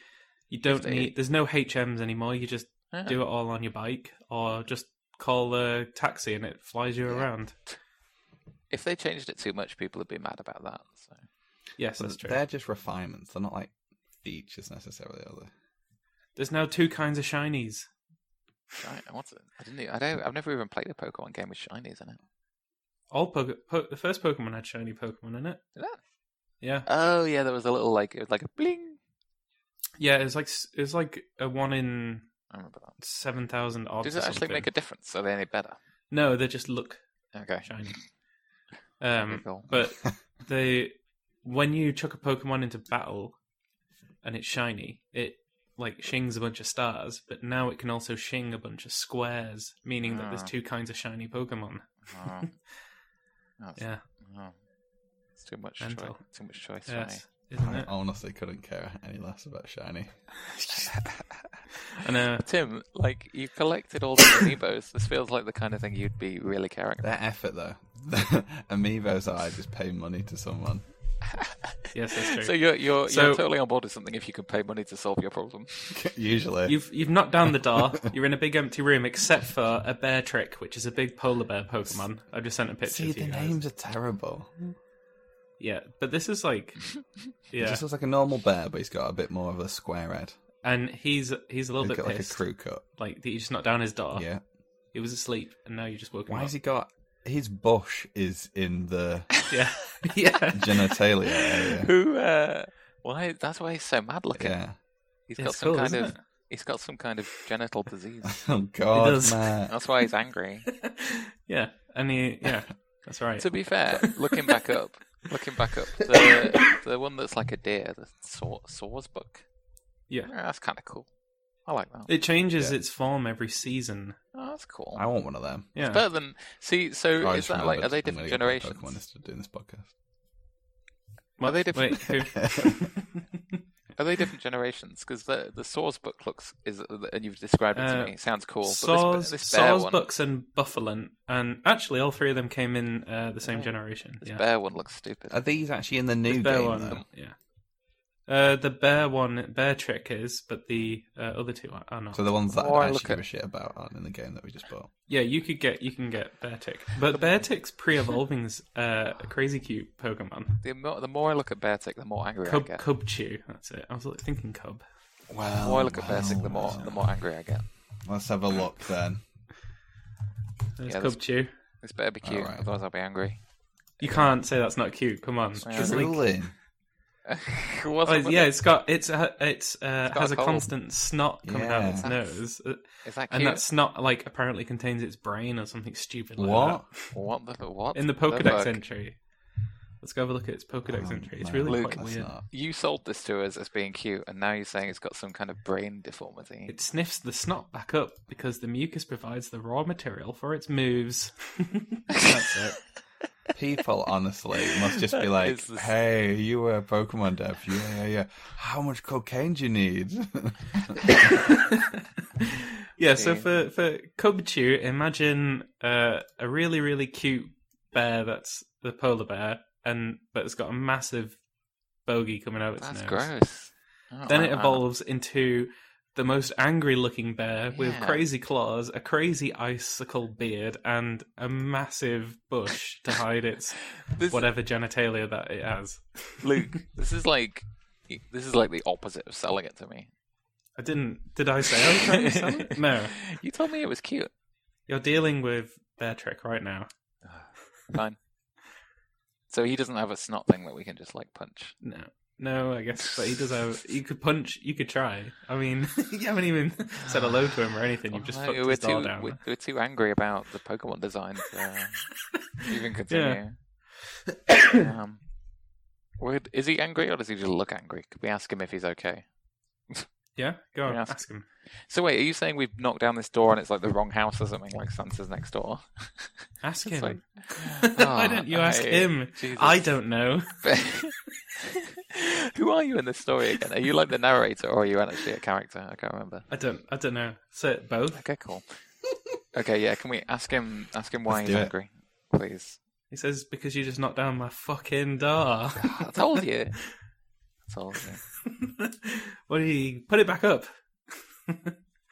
Speaker 1: You don't
Speaker 2: they-
Speaker 1: need. There's no HMs anymore. You just
Speaker 2: Yeah.
Speaker 1: do it all on your bike, or just call a taxi and it flies you
Speaker 3: Yeah.
Speaker 1: around.
Speaker 2: If they changed it too much, people would be mad about that. So.
Speaker 1: Yes,
Speaker 3: But
Speaker 1: that's true.
Speaker 3: They're just refinements. They're not like features necessarily. Are they? (laughs)
Speaker 1: There's now two kinds of shinies.
Speaker 2: Right, and what's it? I didn't. e- I don't. I've never even played a Pokemon game with shinies in it.
Speaker 1: All po- po- the first Pokemon had shiny Pokemon in it.
Speaker 2: Did it?
Speaker 1: Yeah,
Speaker 2: Oh yeah, there was a little like it was like a bling.
Speaker 1: yeah. It's like s- it's like a one in
Speaker 2: I remember that.
Speaker 1: seven thousand odds.
Speaker 2: Does
Speaker 1: or
Speaker 2: it actually
Speaker 1: something.
Speaker 2: make a difference? Are they any better?
Speaker 1: No, they just look
Speaker 2: Okay. (laughs)
Speaker 1: shiny. Um,
Speaker 2: Very
Speaker 1: (laughs)
Speaker 2: cool.
Speaker 1: but the when you chuck a Pokemon into battle and it's shiny, it like shings a bunch of stars, but now it can also shing a bunch of squares, meaning that there's
Speaker 2: Ah.
Speaker 1: two kinds of shiny Pokemon.
Speaker 2: Oh. That's-
Speaker 1: Yeah.
Speaker 2: oh. It's too much
Speaker 1: Mental.
Speaker 2: choice. Too much choice
Speaker 1: Yes, isn't
Speaker 3: I
Speaker 1: it?
Speaker 3: honestly couldn't care any less about shiny.
Speaker 2: for me.
Speaker 1: And uh,
Speaker 2: Tim, like you've collected all the (coughs) amiibos. This feels like the kind of thing you'd be really caring about.
Speaker 3: Their effort though. (laughs) Amiibos are I just pay money to someone. (laughs)
Speaker 1: yes, that's true.
Speaker 2: So you're you're
Speaker 1: So-
Speaker 2: you're totally on board with something if you can pay money to solve your problem.
Speaker 3: Usually.
Speaker 1: You've you've knocked down the door. You're in a big empty room, except for a bear trick, which is a big polar bear Pokemon. I just sent a picture.
Speaker 3: See
Speaker 1: to
Speaker 3: the
Speaker 1: you guys.
Speaker 3: names are terrible.
Speaker 1: Yeah, but this is
Speaker 3: (laughs)
Speaker 1: like,
Speaker 3: He
Speaker 1: yeah,
Speaker 3: just looks like a normal bear, but he's got a bit more of a square head.
Speaker 1: and he's he's a little bit
Speaker 3: He's got like a
Speaker 1: pissed. Oh,
Speaker 3: crew cut.
Speaker 1: Like that you just knocked down his door.
Speaker 3: Yeah.
Speaker 1: He was asleep, and now you just woke him
Speaker 3: Why
Speaker 1: up.
Speaker 3: has he got his bush is
Speaker 1: (laughs)
Speaker 3: in the
Speaker 1: Yeah, yeah.
Speaker 3: genitalia area.
Speaker 2: (laughs) Who? Uh, why? That's why he's so mad looking.
Speaker 3: Yeah.
Speaker 2: He's
Speaker 1: Yeah,
Speaker 2: got
Speaker 1: it's
Speaker 2: some
Speaker 1: cool,
Speaker 2: kind
Speaker 1: isn't
Speaker 2: of he's got some kind of genital disease.
Speaker 3: Oh god,
Speaker 1: does. (laughs)
Speaker 3: Matt.
Speaker 2: That's why he's angry.
Speaker 1: yeah, and he, yeah, that's right.
Speaker 2: to be fair, looking back up, looking back up,
Speaker 1: (laughs)
Speaker 2: the the one that's like a deer, the saw, saws book.
Speaker 1: Yeah.
Speaker 2: Yeah, that's kind of cool. I like that.
Speaker 1: It changes
Speaker 3: Yeah.
Speaker 1: its form every season.
Speaker 2: Oh, that's cool.
Speaker 3: I want one of them.
Speaker 1: Yeah,
Speaker 2: Better than see. So
Speaker 3: Oh, I
Speaker 2: is
Speaker 3: just
Speaker 2: that like are
Speaker 3: remembered.
Speaker 2: they
Speaker 3: I'm
Speaker 2: different
Speaker 3: gonna get my
Speaker 2: generations?
Speaker 3: Pokemon to doing this podcast.
Speaker 1: What?
Speaker 2: they different?
Speaker 1: Wait, who-
Speaker 2: Are they different generations? Because the the Saws book looks is and you've described it to
Speaker 1: Uh,
Speaker 2: me. It sounds (laughs) cool. but
Speaker 1: Saws,
Speaker 2: this, this bear
Speaker 1: Saws
Speaker 2: one,
Speaker 1: Bucks, and Buffalant, and actually, all three of them came in uh, the same
Speaker 2: Right.
Speaker 1: generation.
Speaker 2: this
Speaker 1: Yeah,
Speaker 2: Oh. bear one looks stupid.
Speaker 3: Are these actually in the new
Speaker 1: The bear
Speaker 3: game
Speaker 1: one,
Speaker 3: though?
Speaker 1: yeah. Uh, the bear one, bear trick is, but the uh, other two are, are not.
Speaker 3: So the ones that
Speaker 2: Or
Speaker 3: I
Speaker 2: look
Speaker 3: actually give
Speaker 2: at-
Speaker 3: a shit about aren't in the game that we just bought.
Speaker 1: yeah, you could get you can get bear tick, but bear tick's pre-evolving's uh, a crazy cute Pokemon.
Speaker 2: The more, the more I look at Beartick, the more angry I
Speaker 1: Cub,
Speaker 2: get.
Speaker 1: cub chew. That's it. I was like, thinking cub.
Speaker 3: Well,
Speaker 2: The more I look at
Speaker 3: well,
Speaker 2: Beartick, the more
Speaker 3: well.
Speaker 2: the more angry I get.
Speaker 3: Let's have a look
Speaker 1: (laughs)
Speaker 3: then.
Speaker 1: There's
Speaker 2: Yeah,
Speaker 1: cub
Speaker 2: that's-
Speaker 1: chew.
Speaker 2: This better be cute,
Speaker 3: Alright.
Speaker 2: otherwise I'll be angry. (laughs)
Speaker 1: You can't say that's not cute. Come on.
Speaker 2: Yeah.
Speaker 1: Just like-
Speaker 3: Drooling.
Speaker 2: It
Speaker 1: Oh,
Speaker 2: wasn't-
Speaker 1: yeah, it's got it's uh, it's uh,
Speaker 2: It's got
Speaker 1: has
Speaker 2: a
Speaker 1: a
Speaker 2: cold.
Speaker 1: constant snot coming out of its
Speaker 3: Yeah.
Speaker 1: nose, uh,
Speaker 2: Is that cute?
Speaker 1: and that snot like apparently contains its brain or something stupid like
Speaker 3: What?
Speaker 2: What the what?
Speaker 1: that. In the
Speaker 2: fuck?
Speaker 1: Pokedex entry, Let's go have a look at its Pokedex
Speaker 3: Oh,
Speaker 1: entry. It's
Speaker 3: no,
Speaker 1: really
Speaker 2: Luke,
Speaker 1: quite
Speaker 3: that's
Speaker 1: weird.
Speaker 3: not-
Speaker 2: You sold this to us as being cute, and now you're saying it's got some kind of brain deformity.
Speaker 1: It sniffs the snot back up because the mucus provides the raw material for its moves. (laughs) That's it.
Speaker 3: People honestly must just
Speaker 1: (laughs)
Speaker 3: be
Speaker 2: That
Speaker 3: like,
Speaker 2: is the-
Speaker 3: "Hey, you were a Pokemon dev? Yeah, yeah, yeah. How much cocaine do you need?" (laughs)
Speaker 1: yeah, so for for Cubchew, imagine uh, a really really cute bear that's the polar bear, and but it's got a massive bogey coming out its
Speaker 2: That's
Speaker 1: nose.
Speaker 2: gross. I don't
Speaker 1: Then it
Speaker 2: like that.
Speaker 1: evolves into the most angry looking bear with
Speaker 2: Yeah.
Speaker 1: crazy claws, a crazy icicle beard, and a massive bush to hide
Speaker 2: (laughs)
Speaker 1: its
Speaker 2: This,
Speaker 1: whatever genitalia that it has.
Speaker 2: Luke, this is like this is like the opposite of selling it
Speaker 1: (laughs)
Speaker 2: to me.
Speaker 1: I didn't. Did I say I was trying to sell
Speaker 2: (laughs)
Speaker 1: it? No.
Speaker 2: You told me it was cute.
Speaker 1: You're dealing with Bear Trick right now.
Speaker 2: Fine. so he doesn't have a snot thing that we can just like punch.
Speaker 1: No. No, I guess, but he does have. You could punch. You could try. I mean, (laughs) you haven't even said hello to him or anything. You've just
Speaker 2: Well,
Speaker 1: fucked
Speaker 2: Oh, Uh, we're
Speaker 1: his door
Speaker 2: too
Speaker 1: down.
Speaker 2: We're, we're too angry about the Pokemon design to uh, even continue. um, would- is he angry or does he just look angry? Could we ask him if he's okay?
Speaker 1: Yeah, go on,
Speaker 2: Yeah.
Speaker 1: ask him.
Speaker 2: So wait, are you saying we've knocked down this door and it's like the wrong house or something? Like Santa's next door. (laughs)
Speaker 1: Ask
Speaker 2: It's
Speaker 1: him. (laughs)
Speaker 2: like-
Speaker 1: Why don't you ask
Speaker 2: I-
Speaker 1: him?
Speaker 2: Jesus.
Speaker 1: I don't know.
Speaker 2: Who are you in this story again? Are you like the narrator or are you actually a character? I can't remember.
Speaker 1: I don't. I don't know. Say it both.
Speaker 2: Okay, cool. Okay, yeah. Can we ask him? Ask him why
Speaker 3: Let's
Speaker 2: he's
Speaker 3: do it.
Speaker 2: angry, please.
Speaker 1: He says because you just knocked down my fucking door.
Speaker 2: I told you. I told you.
Speaker 1: (laughs) what do you put it back up?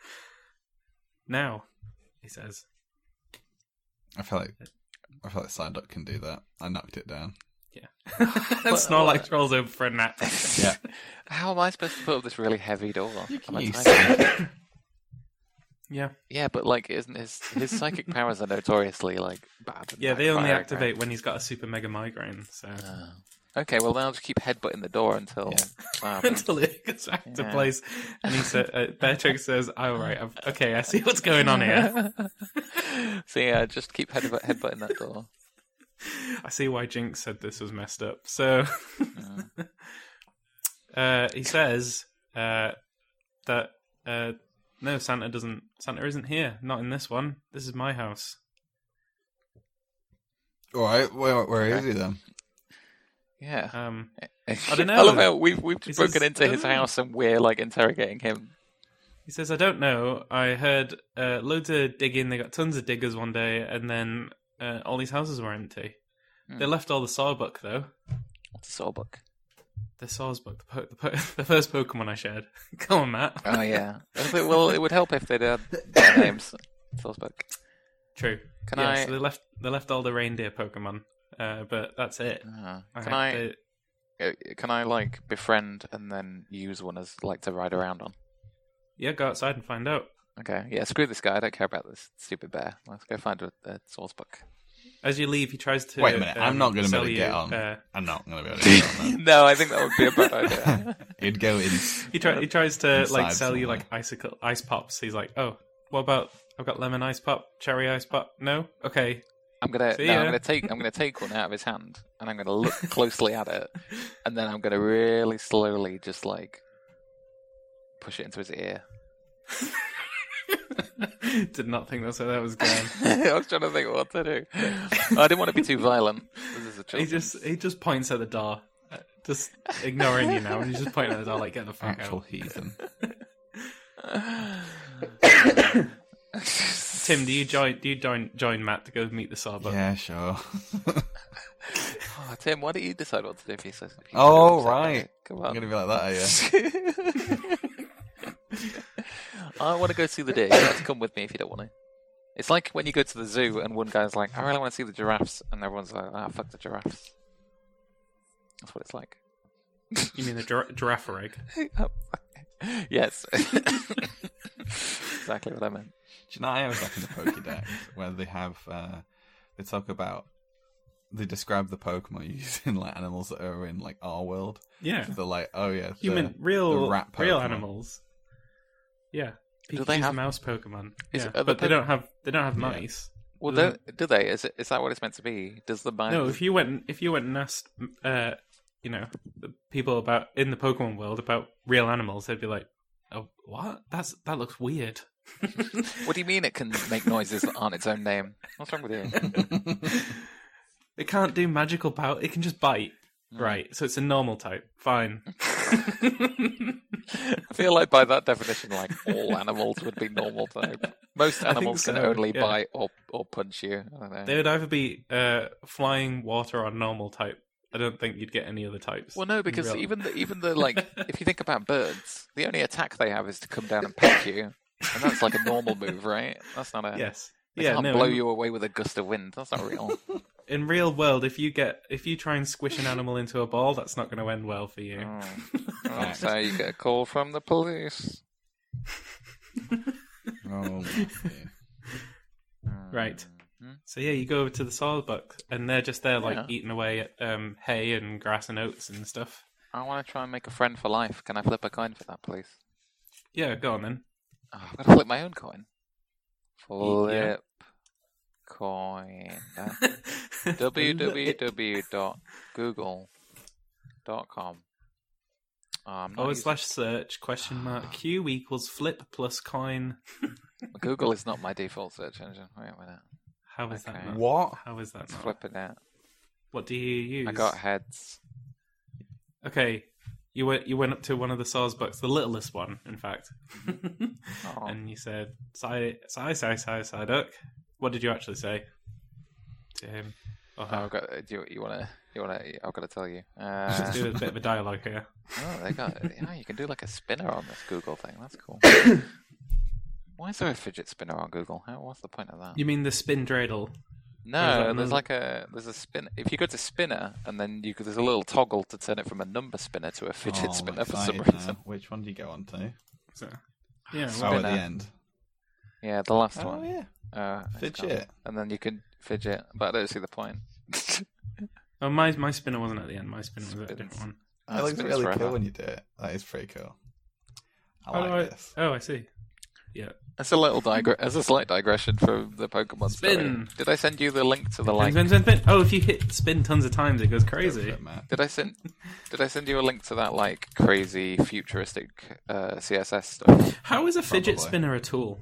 Speaker 1: (laughs) now, he says.
Speaker 2: (laughs)
Speaker 3: I feel like I feel like Psyduck can do that. I knocked it down.
Speaker 1: Snorlax rolls over for a
Speaker 2: (laughs)
Speaker 1: nap.
Speaker 3: Yeah.
Speaker 2: How am I supposed to put up this really heavy door? Am I
Speaker 3: use
Speaker 2: tired?
Speaker 1: Yeah,
Speaker 2: (laughs) yeah, but like, isn't his his psychic powers are notoriously like bad? and
Speaker 1: yeah. They only
Speaker 2: backfiring, right?
Speaker 1: activate when he's got a super mega migraine. So
Speaker 2: Oh. okay, well then I'll just keep headbutting the door until. um,
Speaker 1: (laughs) until it gets back to
Speaker 2: Yeah.
Speaker 1: place, and he said, uh, Beatrix says, "All right, I've, okay, I see what's going on here.
Speaker 2: (laughs) so yeah, just keep head headbutting that door.
Speaker 1: I see why Jinx said this was messed up."
Speaker 2: (laughs)
Speaker 1: So uh, he says uh, that uh, no, Santa doesn't. Santa isn't here. Not in this one. This is my house.
Speaker 3: All right, where where is he then?
Speaker 2: Yeah.
Speaker 1: Um,
Speaker 2: (laughs) I
Speaker 1: don't
Speaker 2: I love
Speaker 1: know.
Speaker 2: how we've we've just
Speaker 1: This
Speaker 2: broken
Speaker 1: is- I
Speaker 2: into
Speaker 1: don't (laughs)
Speaker 2: his
Speaker 1: know.
Speaker 2: house and we're like interrogating him.
Speaker 1: He says, I don't know. I heard uh, loads of digging. They got tons of diggers one day, and then uh, all these houses were empty.
Speaker 2: Hmm.
Speaker 1: They left all the sawbuck, though.
Speaker 2: What's a sawbuck?
Speaker 1: The sawbuck, the, po- the, po- (laughs) the first Pokemon I shared. (laughs) Come on, Matt.
Speaker 2: Oh (laughs) yeah. I think- well, it would help if they'd (coughs) had their names. Salzburg.
Speaker 1: True.
Speaker 2: Can
Speaker 1: yeah,
Speaker 2: I?
Speaker 1: so they left, they left all the reindeer Pokemon, uh, but that's it.
Speaker 2: Ah,
Speaker 1: I
Speaker 2: can
Speaker 1: hope
Speaker 2: I?
Speaker 1: they-
Speaker 2: uh, Can I like befriend and then use one as like to ride around on?
Speaker 1: Yeah, go outside and find out.
Speaker 2: Okay. Yeah. Screw this guy. I don't care about this stupid bear. Let's go find a, a
Speaker 1: (laughs)
Speaker 2: Salzburg.
Speaker 1: As you leave, he tries to.
Speaker 3: Wait a minute, I'm
Speaker 1: um,
Speaker 3: not gonna be
Speaker 1: sell
Speaker 3: able to get
Speaker 1: you,
Speaker 3: on.
Speaker 1: Uh,
Speaker 3: I'm not gonna be able to do that.
Speaker 2: no, I think that would be a bad idea.
Speaker 1: (laughs)
Speaker 3: It'd go in.
Speaker 1: he, try, he tries to
Speaker 3: Inside
Speaker 1: like sell you
Speaker 3: somewhere.
Speaker 1: like icicle ice pops. He's like, oh, what about I've got lemon ice pop, cherry ice pop? No, okay, (laughs)
Speaker 2: I'm gonna.
Speaker 1: See
Speaker 2: no,
Speaker 1: ya.
Speaker 2: I'm gonna take. I'm gonna take one out of his hand and I'm gonna look closely at it, and then I'm gonna really slowly just like push it into his
Speaker 1: (laughs)
Speaker 2: ear. (laughs)
Speaker 1: Did not think that's how that was going.
Speaker 2: I was trying to think what to do. I didn't want to be too violent. This is a
Speaker 1: he
Speaker 2: children's-
Speaker 1: just he just points at the door, uh, just ignoring you now, and he's just pointing at the door like, "Get the fuck
Speaker 3: Actual
Speaker 1: out." (laughs)
Speaker 3: heathen.
Speaker 2: (laughs)
Speaker 1: (coughs) Tim, do you join? Do you join join Matt to go meet the Saba?
Speaker 3: Yeah, sure. (laughs)
Speaker 2: Oh, Tim, why don't you decide what to do if you say something?
Speaker 3: Oh, right.
Speaker 2: Come
Speaker 3: I'm
Speaker 2: on.
Speaker 3: gonna be like that, are you?
Speaker 2: (laughs) I want to go see the deer. You have to come with me if you don't want to. It's like when you go to the zoo and one guy's like, I really want to see the giraffes, and everyone's like, ah, fuck the giraffes. That's what it's like. (laughs)
Speaker 1: You mean the gir- giraffe rig?
Speaker 2: yes. (laughs) exactly what I meant.
Speaker 3: Do you know, I was back in the Pokédex (laughs) where they have uh, they talk about they describe the Pokemon (laughs) using like animals that are in like our world.
Speaker 1: Yeah,
Speaker 3: They're like, oh yeah, the-
Speaker 1: human, real,
Speaker 3: rat
Speaker 1: real
Speaker 3: Pokemon.
Speaker 1: animals. Yeah,
Speaker 2: Do
Speaker 1: Pikachu's
Speaker 2: they have-
Speaker 1: mouse Pokemon.
Speaker 2: Is
Speaker 1: Yeah,
Speaker 2: it other
Speaker 1: but they
Speaker 2: Pokemon?
Speaker 1: don't have they don't have
Speaker 3: Yeah.
Speaker 1: mice.
Speaker 2: Well, do, do they? Is it, is that what it's meant to be? Does the mind?
Speaker 1: No, if you went if you went and asked, uh, you know, the people about in the Pokemon world about real animals, they'd be like, "Oh, what? That's that looks weird." (laughs)
Speaker 2: What do you mean it can make noises that aren't its own name? What's wrong with you?
Speaker 1: It can't do magical power. It can just bite. Right, so it's a normal type. (laughs) Fine.
Speaker 2: I feel like by that definition, like
Speaker 1: (laughs)
Speaker 2: all animals would be normal type. Most
Speaker 1: think
Speaker 2: animals can
Speaker 1: so,
Speaker 2: only
Speaker 1: yeah.
Speaker 2: bite or or punch you. I don't know.
Speaker 1: they would either be uh, flying, water, or normal type. I don't think you'd get any other types.
Speaker 2: Well, no, because
Speaker 1: Really?
Speaker 2: even the, even
Speaker 1: (laughs)
Speaker 2: the like, if you think about birds, the only attack they have is to come down and peck you, and that's like a normal move, right? That's not a
Speaker 1: yes,
Speaker 2: They
Speaker 1: yeah,
Speaker 2: can't
Speaker 1: no.
Speaker 2: blow
Speaker 1: in,
Speaker 2: you away with a gust of wind. That's not
Speaker 1: (laughs)
Speaker 2: real.
Speaker 1: in real world, if you get if you try and squish an animal into a ball, that's not going to end well for you.
Speaker 2: oh.
Speaker 1: (laughs)
Speaker 2: Oh, so you get a call from the police.
Speaker 3: (laughs) Oh, yeah.
Speaker 1: Right.
Speaker 2: Hmm.
Speaker 1: So yeah, you go over to the sawbuck, and they're just there, like
Speaker 2: Yeah.
Speaker 1: eating away at um, hay and grass and oats and stuff.
Speaker 2: I want to try and make a friend for life. Can I flip a coin for that, please?
Speaker 1: Yeah, go on then.
Speaker 2: Oh, I'm gonna flip my own coin.
Speaker 1: Y-
Speaker 2: Flip
Speaker 1: yeah.
Speaker 2: coin.
Speaker 1: (laughs)
Speaker 2: www.google.com. Oh, I'm not
Speaker 1: Forward
Speaker 2: using-
Speaker 1: slash search question mark Q equals flip plus coin.
Speaker 2: Google is not my default search engine. Wait a minute.
Speaker 1: How is that?
Speaker 2: Okay.
Speaker 1: Not? (laughs)
Speaker 3: What?
Speaker 1: How is that?
Speaker 2: It's
Speaker 1: Not?
Speaker 2: flipping out.
Speaker 1: What do you use?
Speaker 2: I got heads.
Speaker 1: Okay, you went you went up to one of the sawbucks, the littlest one, in (laughs) fact,
Speaker 2: Oh.
Speaker 1: and you said, "Sigh, sigh, sigh, sigh, sigh, duck." What did you actually say to him? Or
Speaker 2: Oh,
Speaker 1: her?
Speaker 2: I've got, do you, you wanna? You wanna? I've got to tell you.
Speaker 1: Let's
Speaker 2: Uh,
Speaker 1: (laughs) do a bit of a dialogue here.
Speaker 2: oh,
Speaker 1: (laughs)
Speaker 2: they got. Yeah, you can do like a spinner on this Google thing.
Speaker 1: (coughs)
Speaker 2: That's cool. Why is there a fidget spinner on Google? How, what's the point of that?
Speaker 1: You mean the spin dreidel?
Speaker 2: no,
Speaker 1: that
Speaker 2: there's
Speaker 1: another-
Speaker 2: like a there's a spin. If you go to spinner and then you could- there's a little toggle to turn it from a number spinner to a fidget
Speaker 3: Oh, I'm
Speaker 2: spinner for some
Speaker 3: excited now.
Speaker 2: reason.
Speaker 3: Which one do you go on to?
Speaker 1: So, yeah,
Speaker 3: Oh,
Speaker 1: well,
Speaker 3: at the
Speaker 2: Spinner.
Speaker 3: end.
Speaker 2: Yeah, the last
Speaker 3: Oh
Speaker 2: one.
Speaker 3: yeah.
Speaker 2: Uh, it's gone.
Speaker 3: Fidget.
Speaker 2: And then you can fidget, but I don't see the point.
Speaker 1: oh, my my spinner wasn't at the end. My spinner was at a different
Speaker 2: Spins.
Speaker 1: one.
Speaker 3: That looks
Speaker 2: Spinner's
Speaker 3: really cool
Speaker 2: forever.
Speaker 3: when you do it. That is pretty cool. I
Speaker 1: How do
Speaker 3: like
Speaker 1: I-
Speaker 3: this.
Speaker 1: Oh, I see.
Speaker 2: That's a little digre- That's a slight digression from the Pokemon story.
Speaker 1: Spin.
Speaker 2: Did I send you the link to the
Speaker 1: Spin,
Speaker 2: like?
Speaker 1: spin, spin, spin. Oh, if you hit spin tons of times, it goes crazy.
Speaker 3: Perfect, Matt.
Speaker 2: Did I send? Did I send you a link to that like crazy futuristic uh, CSS stuff?
Speaker 1: How is a fidget
Speaker 3: Probably.
Speaker 1: spinner a tool?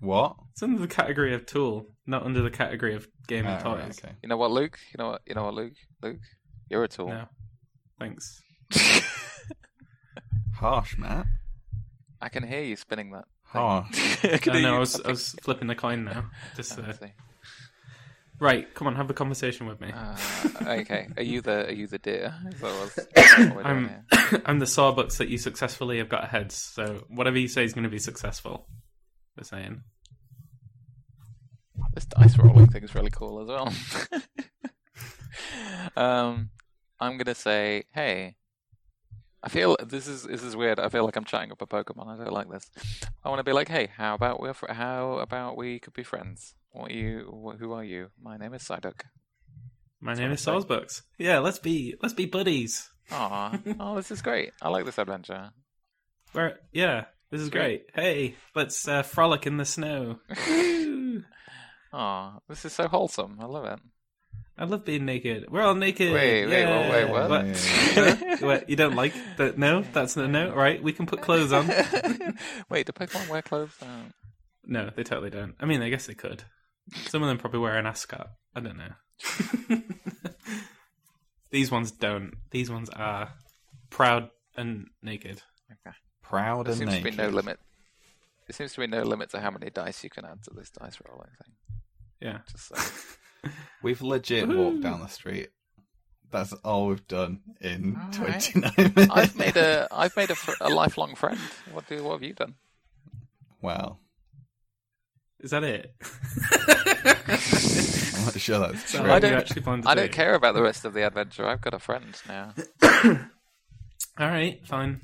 Speaker 3: What?
Speaker 1: It's under the category of tool, not under the category of game and
Speaker 3: Oh,
Speaker 1: toys.
Speaker 3: right, okay.
Speaker 2: You know what, Luke? You know what? You know what, Luke? Luke, you're a tool.
Speaker 1: No, thanks.
Speaker 3: Harsh, Matt.
Speaker 2: (laughs) I can hear you spinning that.
Speaker 3: Harsh.
Speaker 2: (laughs) I
Speaker 1: Uh, No,
Speaker 2: can hear
Speaker 1: no,
Speaker 2: you
Speaker 1: I was, I
Speaker 2: tapping.
Speaker 1: was flipping the coin
Speaker 2: (laughs)
Speaker 1: now. Just
Speaker 2: Oh, I
Speaker 1: uh,
Speaker 2: see.
Speaker 1: right. Come on, have a conversation with me.
Speaker 2: (laughs) Uh, okay. Are you the Are you the deer? Is that (laughs) what's- what we're doing
Speaker 1: I'm
Speaker 2: here?
Speaker 1: (coughs) I'm the sawbucks that you successfully have got ahead. So whatever you say is going to be successful. We're saying.
Speaker 2: This dice rolling thing's really cool as well. (laughs) um, I'm gonna say, hey, I feel this is this is weird. I feel like I'm chatting up a Pokemon. I don't like this. I want to be like, hey, how about we're fr- how about we could be friends? What are you? Wh- who are you? My name is Psyduck.
Speaker 1: My name is
Speaker 2: That's what I
Speaker 1: Sawbucks. Yeah, let's be let's be buddies.
Speaker 2: (laughs) Aw, oh, this is great. I like this adventure.
Speaker 1: Where yeah, this is great. Hey, let's uh, frolic in the
Speaker 2: (laughs)
Speaker 1: snow. Woo!
Speaker 2: Aw, this is so wholesome. I love it.
Speaker 1: I love being naked. We're all naked.
Speaker 2: Wait, wait, wait,
Speaker 1: Yeah.
Speaker 2: wait, what?
Speaker 1: What?
Speaker 2: (laughs)
Speaker 1: What, You don't like that? No, that's not no. Right, we can put clothes on.
Speaker 2: (laughs) wait, do Pokemon wear clothes? Um,
Speaker 1: No, they totally don't. I mean, I guess they could. Some of them probably wear an ascot. I don't
Speaker 2: (laughs)
Speaker 1: know. These ones don't. These ones are proud and naked.
Speaker 3: Proud
Speaker 2: There
Speaker 3: and
Speaker 2: seems
Speaker 3: naked.
Speaker 2: to be no limit. There seems to be no limit to how many dice you can add to this dice rolling thing.
Speaker 1: Yeah.
Speaker 2: Just saying.
Speaker 3: We've legit walked down the street. That's all we've done in
Speaker 2: All right.
Speaker 3: 29 minutes.
Speaker 2: I've made a I've made a, fr- a lifelong friend. What do what have you done?
Speaker 3: Well,
Speaker 1: Is that it?
Speaker 2: (laughs)
Speaker 3: I'm not sure that's
Speaker 1: So
Speaker 3: true.
Speaker 2: I
Speaker 1: I
Speaker 2: don't-
Speaker 1: don't actually plan to
Speaker 2: I
Speaker 1: do?
Speaker 2: don't care about the rest of the adventure. I've got a friend now.
Speaker 1: All right, fine.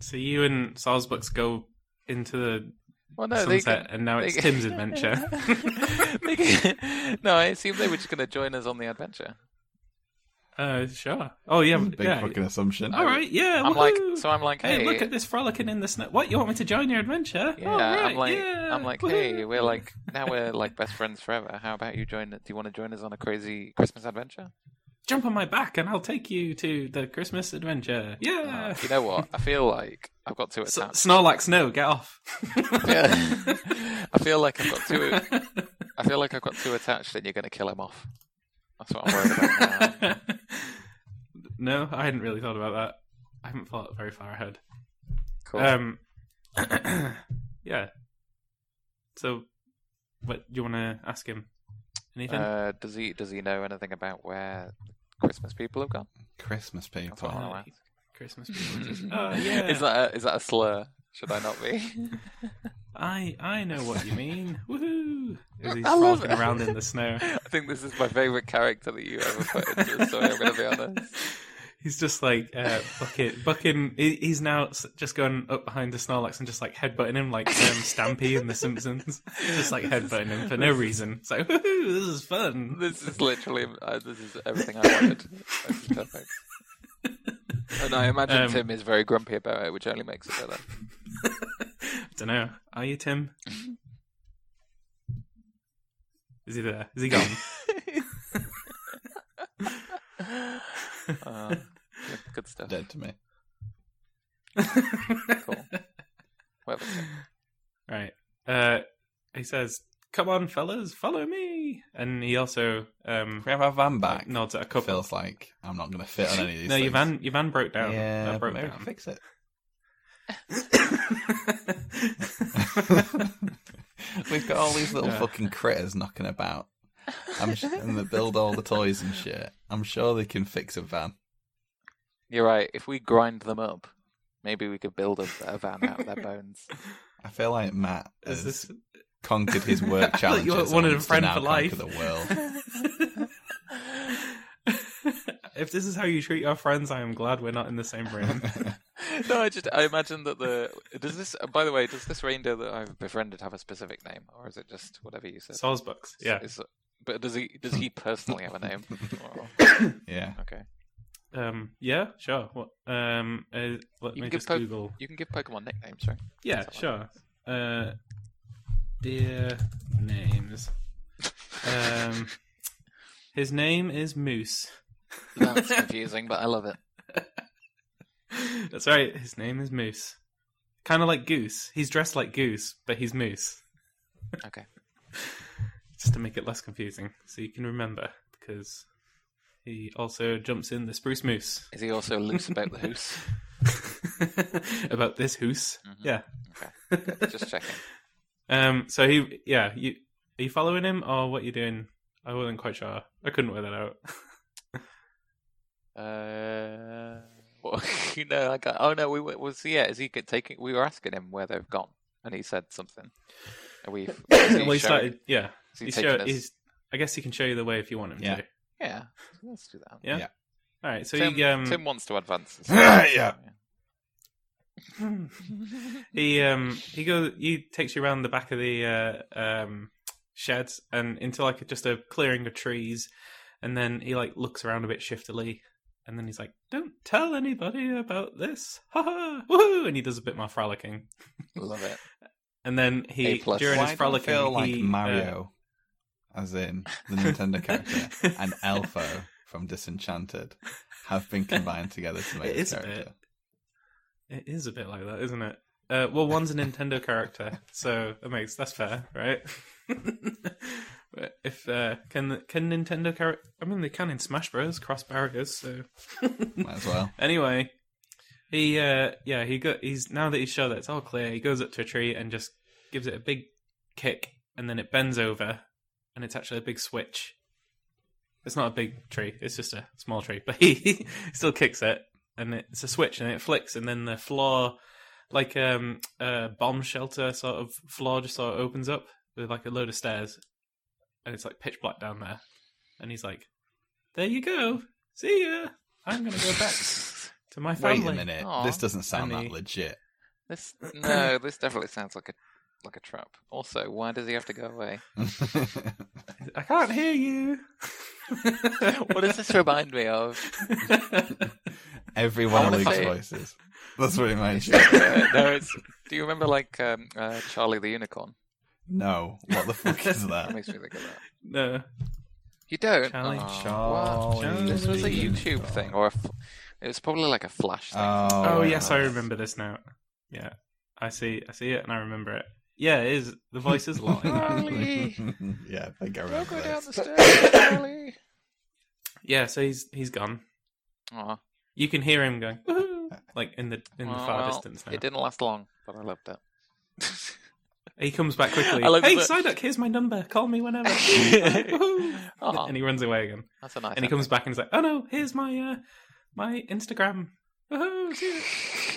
Speaker 1: So you and Salzbucks go into the
Speaker 2: Well, no, Oh, they
Speaker 1: sunset, and now
Speaker 2: they
Speaker 1: it's
Speaker 2: can- (laughs)
Speaker 1: Tim's adventure.
Speaker 2: can, they can- no, I assume they were just going to join us on the adventure.
Speaker 1: Uh, sure. Oh yeah,
Speaker 3: Big
Speaker 1: yeah.
Speaker 3: fucking assumption.
Speaker 1: All right, yeah.
Speaker 2: I'm like,
Speaker 1: Oh, woohoo!
Speaker 2: so I'm like, hey,
Speaker 1: hey, look at this frolicking in the snow. What you want me to join your adventure?
Speaker 2: yeah,
Speaker 1: All right,
Speaker 2: I'm like,
Speaker 1: yeah,
Speaker 2: I'm like,
Speaker 1: woohoo!
Speaker 2: hey, we're like, now we're like best friends forever. How about you join? Do you want to join us on a crazy Christmas adventure?
Speaker 1: jump on my back and I'll take you to the Christmas adventure.
Speaker 2: Uh,
Speaker 1: Yeah.
Speaker 2: you know what? I feel like I've got to
Speaker 1: S-
Speaker 2: attach.
Speaker 1: snow like snow. Get off.
Speaker 2: Yeah. (laughs) I feel like I've got too. I feel like I've got too attached, and you're going to kill him off. That's what I'm worried
Speaker 1: (laughs)
Speaker 2: about now.
Speaker 1: (laughs) no, I hadn't really thought about that. I haven't thought very far ahead.
Speaker 2: Cool.
Speaker 1: Um, (clears throat) yeah. So, what do you want to ask him? Anything?
Speaker 2: uh, does he does he know anything about where the Christmas people have gone?
Speaker 3: Christmas
Speaker 2: That's what I
Speaker 3: people.
Speaker 2: wanna ask.
Speaker 1: Christmas. people just- oh yeah.
Speaker 2: (laughs) Is that a, is that a slur? Should I not be? (laughs)
Speaker 1: I I know what you mean. Woohoo! As he's
Speaker 2: I love
Speaker 1: frolicking
Speaker 2: it.
Speaker 1: around in the snow.
Speaker 2: I think this is my favorite character that you (laughs) ever put into a story. I'm going to be honest.
Speaker 1: (laughs) He's just like uh, bucket, bucking. he- He's now s- just going up behind the Snorlax and just like headbutting him like um, Stampy in The Simpsons. Just like headbutting him for no reason. It's like, woohoo, this is fun. (laughs)
Speaker 2: This is literally uh, this is everything I wanted. This is perfect. And I imagine
Speaker 1: Um,
Speaker 2: Tim is very grumpy about it, which only makes it better.
Speaker 1: Don't know. Are you Tim?
Speaker 2: Mm-hmm.
Speaker 1: Is he there? Is he gone?
Speaker 2: Uh, good, good stuff.
Speaker 3: Dead to me.
Speaker 2: (laughs) Cool. Well,
Speaker 1: Right. Uh, he says, "Come on, fellas, follow me." And he also um,
Speaker 3: Can we have our van back?
Speaker 1: nods at a couple.
Speaker 3: Feels like I'm not going to fit on any of these
Speaker 1: (laughs) no,
Speaker 3: things.
Speaker 1: your van, your van broke down.
Speaker 3: Yeah,
Speaker 1: That
Speaker 3: but
Speaker 1: broke
Speaker 3: maybe we
Speaker 1: down.
Speaker 3: can fix it. We've got all these little
Speaker 1: Yeah.
Speaker 3: fucking critters knocking about.
Speaker 2: (laughs)
Speaker 3: I'm sh- and they build all the toys and shit. I'm sure they can fix a van.
Speaker 2: you're right. If we grind them up, maybe we could build a, a van out of
Speaker 3: (laughs)
Speaker 2: their bones.
Speaker 3: I feel like Matt
Speaker 1: (laughs) Is
Speaker 3: has (laughs)
Speaker 1: this
Speaker 3: conquered his
Speaker 1: (laughs) I
Speaker 3: work
Speaker 1: thought
Speaker 3: challenges.
Speaker 1: you
Speaker 3: and
Speaker 1: wanted a
Speaker 3: wants to
Speaker 1: friend
Speaker 3: now
Speaker 1: for life.
Speaker 3: conquer The world.
Speaker 1: if this is how you treat your friends, I am glad we're not in the same
Speaker 3: (laughs)
Speaker 1: room. (laughs)
Speaker 2: no, I just I imagine that the does this. By the way, does this reindeer that I've befriended have a specific name, or is it just whatever you said?
Speaker 1: Source books, yeah.
Speaker 2: Is- but does he does he personally have a
Speaker 3: (laughs)
Speaker 2: name? Or-
Speaker 3: yeah.
Speaker 2: okay.
Speaker 1: Um, yeah, sure. What? Um, uh, let
Speaker 2: You
Speaker 1: me
Speaker 2: can give
Speaker 1: just
Speaker 2: Poke-
Speaker 1: Google.
Speaker 2: You can give Pokemon nicknames,
Speaker 3: (laughs)
Speaker 2: right?
Speaker 1: Yeah,
Speaker 2: something
Speaker 1: sure. Uh, dear names. Um, his name is Moose.
Speaker 2: That's confusing, but I love it.
Speaker 1: That's right. His name is Moose. Kind of like Goose. He's dressed like Goose, but he's Moose.
Speaker 2: Okay.
Speaker 1: Just to make it less confusing, so you can remember. Because he also jumps in the spruce moose (laughs)
Speaker 2: Is he also loose about the hoose?
Speaker 1: about this hoose.
Speaker 2: Mhm.
Speaker 1: Yeah. (laughs)
Speaker 2: Okay. Mm-hmm. Just checking.
Speaker 1: Um. So he, yeah. You are you following him or what you doing? I wasn't quite sure. I couldn't work that out.
Speaker 2: Uh, (laughs) well, you know, I got. Oh no, we were- was. Yeah, is he get- taking? We were asking him where they've gone, and he said something. And we. is he
Speaker 1: well, he
Speaker 2: showing-
Speaker 1: started. Yeah.
Speaker 2: is he
Speaker 1: He
Speaker 2: taking
Speaker 1: show,
Speaker 2: us-
Speaker 1: he's, I guess he can show you the way if you want him
Speaker 3: Yeah.
Speaker 1: to.
Speaker 2: Yeah, let's do that.
Speaker 1: Yeah.
Speaker 3: Yeah.
Speaker 1: All right. So
Speaker 2: Tim,
Speaker 1: he um
Speaker 2: Tim wants
Speaker 1: (laughs)
Speaker 2: to advance.
Speaker 3: Yeah.
Speaker 1: he um he goes he takes you around the back of the uh, um shed and into like just a clearing of trees and then he like looks around a bit shiftily and then he's like don't tell anybody about this (laughs) ha ha woohoo and he does a bit more frolicking (laughs)
Speaker 2: Love it.
Speaker 1: and then he
Speaker 2: A plus.
Speaker 1: during
Speaker 3: Why
Speaker 1: his
Speaker 3: do I
Speaker 1: frolicking
Speaker 3: feel like
Speaker 1: he, uh,
Speaker 3: Mario, as in
Speaker 1: (laughs)
Speaker 3: the Nintendo character, and Elfo from Disenchanted have been combined together
Speaker 1: (laughs)
Speaker 3: to make
Speaker 1: It is
Speaker 3: this
Speaker 1: a bit.
Speaker 3: character?
Speaker 1: It is a bit like that, isn't it? Uh, well, one's a Nintendo character, so that makes that's fair, right? (laughs) But if uh, can can Nintendo character, I mean they can in Smash Bros. cross barriers. So
Speaker 3: Might
Speaker 1: (laughs)
Speaker 3: as well.
Speaker 1: anyway, he uh, yeah he got he's now that he's sure that it's all clear, he goes up to a tree and just gives it a big kick, and then it bends over, and it's actually a big switch. It's not a big tree; it's just a small tree. (laughs) But he still kicks it, and it's a switch, and it flicks, and then the floor, like um, a bomb shelter sort of floor, just sort of opens up with like a load of stairs, and it's like pitch black down there. And he's like, "There you go. See ya. I'm gonna go back to my
Speaker 3: Wait
Speaker 1: family."
Speaker 3: a minute.
Speaker 2: Aw.
Speaker 3: This doesn't sound
Speaker 1: And he-
Speaker 3: that legit.
Speaker 2: This no, this definitely sounds like a like a trap. Also, why does he have to
Speaker 1: (laughs)
Speaker 2: go away?
Speaker 1: I can't hear
Speaker 3: (laughs)
Speaker 1: you.
Speaker 2: what does this remind me of?
Speaker 3: (laughs) (laughs) Every one of
Speaker 2: wanna
Speaker 3: Luke's
Speaker 2: say-
Speaker 3: voices. That's what
Speaker 1: (laughs)
Speaker 3: it reminds you.
Speaker 2: Uh, no, it's. Do you remember like um, uh, Charlie the Unicorn?
Speaker 3: No, what the
Speaker 1: (laughs)
Speaker 3: fuck is
Speaker 2: That
Speaker 3: that?
Speaker 2: makes me think of that.
Speaker 1: No.
Speaker 2: You don't.
Speaker 1: Charlie-
Speaker 2: Aw,
Speaker 3: Charlie
Speaker 2: what? This was a
Speaker 1: the
Speaker 2: YouTube
Speaker 3: Unicorn.
Speaker 2: thing, or a f- it was probably like a flash thing.
Speaker 1: Oh,
Speaker 3: Oh,
Speaker 1: yes, I remember this now. Yeah, I see. I see it, and I remember it. Yeah, it is. The voice
Speaker 3: (laughs)
Speaker 1: is lying.
Speaker 2: Charlie,
Speaker 3: yeah, I think I
Speaker 2: don't
Speaker 3: remember
Speaker 2: go down
Speaker 3: this.
Speaker 2: the stairs, Charlie.
Speaker 1: yeah, so he's he's gone.
Speaker 2: Aw,
Speaker 1: You can hear him going "Woohoo," like in the in the
Speaker 2: well,
Speaker 1: far
Speaker 2: well,
Speaker 1: distance now.
Speaker 2: It didn't last long, but I loved it.
Speaker 1: He comes back quickly.
Speaker 2: I like
Speaker 1: hey,
Speaker 2: that-
Speaker 1: Psyduck, here's my number. Call me whenever.
Speaker 2: (laughs)
Speaker 1: (laughs)
Speaker 2: Aw,
Speaker 1: and he runs away again.
Speaker 2: that's a nice.
Speaker 1: And he comes back and he's like, "Oh no, here's my uh, my Instagram." (laughs) Woohoo, see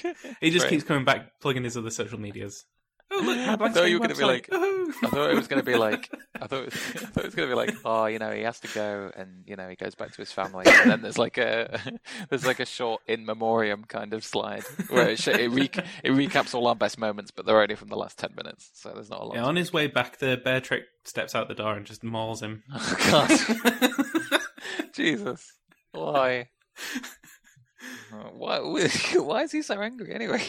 Speaker 1: ya. he just
Speaker 2: Great.
Speaker 1: keeps coming back, plugging his other social
Speaker 2: (gasps)
Speaker 1: medias. Oh (gasps) look, my
Speaker 2: I
Speaker 1: blank
Speaker 2: thought you
Speaker 1: screen
Speaker 2: were gonna be
Speaker 1: website.
Speaker 2: like-
Speaker 1: Woohoo.
Speaker 2: (laughs)
Speaker 1: (laughs)
Speaker 2: I thought it was going to be like I thought, (laughs) it was, I thought it was going to be like oh you know he has to go and you know he goes back to his family and then there's like a (laughs) there's like a short in memoriam kind of slide where it, sh- it, re- it recaps all our best moments but they're only from the last ten minutes so there's not a lot.
Speaker 1: Yeah,
Speaker 2: to-
Speaker 1: on his way back, the bear trick steps out the door and just mauls
Speaker 2: (laughs)
Speaker 1: him.
Speaker 2: Oh God, Jesus, why? Uh, (laughs) Why? (laughs) Why is he so angry anyway?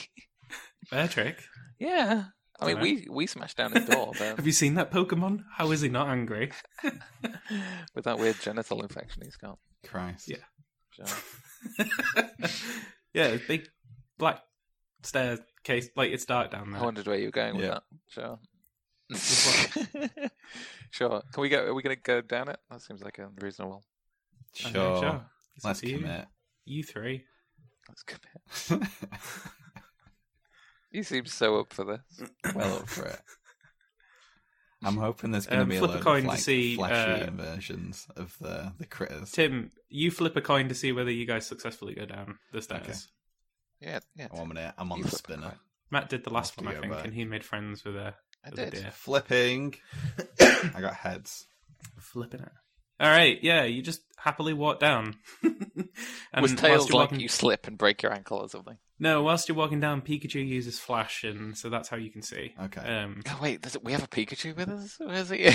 Speaker 1: bear trick?
Speaker 2: Yeah, I mean
Speaker 1: Dunno.
Speaker 2: we we smashed down his door
Speaker 1: Have (laughs)
Speaker 2: but
Speaker 1: you seen that Pokemon? How is he not
Speaker 2: (laughs)
Speaker 1: angry?
Speaker 2: with that weird genital infection he's got.
Speaker 3: Christ.
Speaker 1: Yeah. (laughs)
Speaker 2: So,
Speaker 1: yeah, it's big black staircase. Like it's dark down
Speaker 2: I
Speaker 1: there.
Speaker 2: wondered where you were going with
Speaker 3: Yeah.
Speaker 2: that. Sure. (laughs) sure. Can we go? Are we going to go down it? That seems like unreasonable.
Speaker 1: Okay,
Speaker 3: Sure.
Speaker 1: It's up
Speaker 3: Let's
Speaker 1: to you.
Speaker 3: commit.
Speaker 1: You three.
Speaker 2: Let's go back. You seem so up for
Speaker 1: Mm.
Speaker 2: this.
Speaker 3: (laughs) well up for
Speaker 1: (laughs)
Speaker 3: it. I'm hoping there's going to
Speaker 1: Um,
Speaker 3: be a
Speaker 1: flip a
Speaker 3: load
Speaker 1: coin
Speaker 3: of
Speaker 1: to
Speaker 3: like,
Speaker 1: see,
Speaker 3: flashy
Speaker 1: uh,
Speaker 3: inversions of the the critters.
Speaker 1: Tim, you flip a coin to see whether you guys successfully go down the stairs.
Speaker 3: Okay.
Speaker 2: Yeah, yeah.
Speaker 3: One minute, I'm on
Speaker 2: You
Speaker 3: the
Speaker 2: flip a
Speaker 3: spinner.
Speaker 1: Matt did the last
Speaker 3: Off
Speaker 1: one,
Speaker 3: you
Speaker 1: I
Speaker 3: go,
Speaker 1: think,
Speaker 3: bye.
Speaker 1: and he made friends with a
Speaker 2: I
Speaker 1: with a
Speaker 2: did.
Speaker 1: deer.
Speaker 3: Flipping. I got heads.
Speaker 1: Flipping it. All right, yeah, you just happily walk
Speaker 2: (laughs)
Speaker 1: down. and
Speaker 2: Was
Speaker 1: whilst
Speaker 2: tails
Speaker 1: you're
Speaker 2: like
Speaker 1: walking-
Speaker 2: you slip and break your ankle or something?
Speaker 1: No, whilst you're walking down, Pikachu uses flash, and so that's how you can see.
Speaker 3: Okay.
Speaker 1: Um,
Speaker 2: Oh wait, does it, we have a Pikachu with us? Where's he?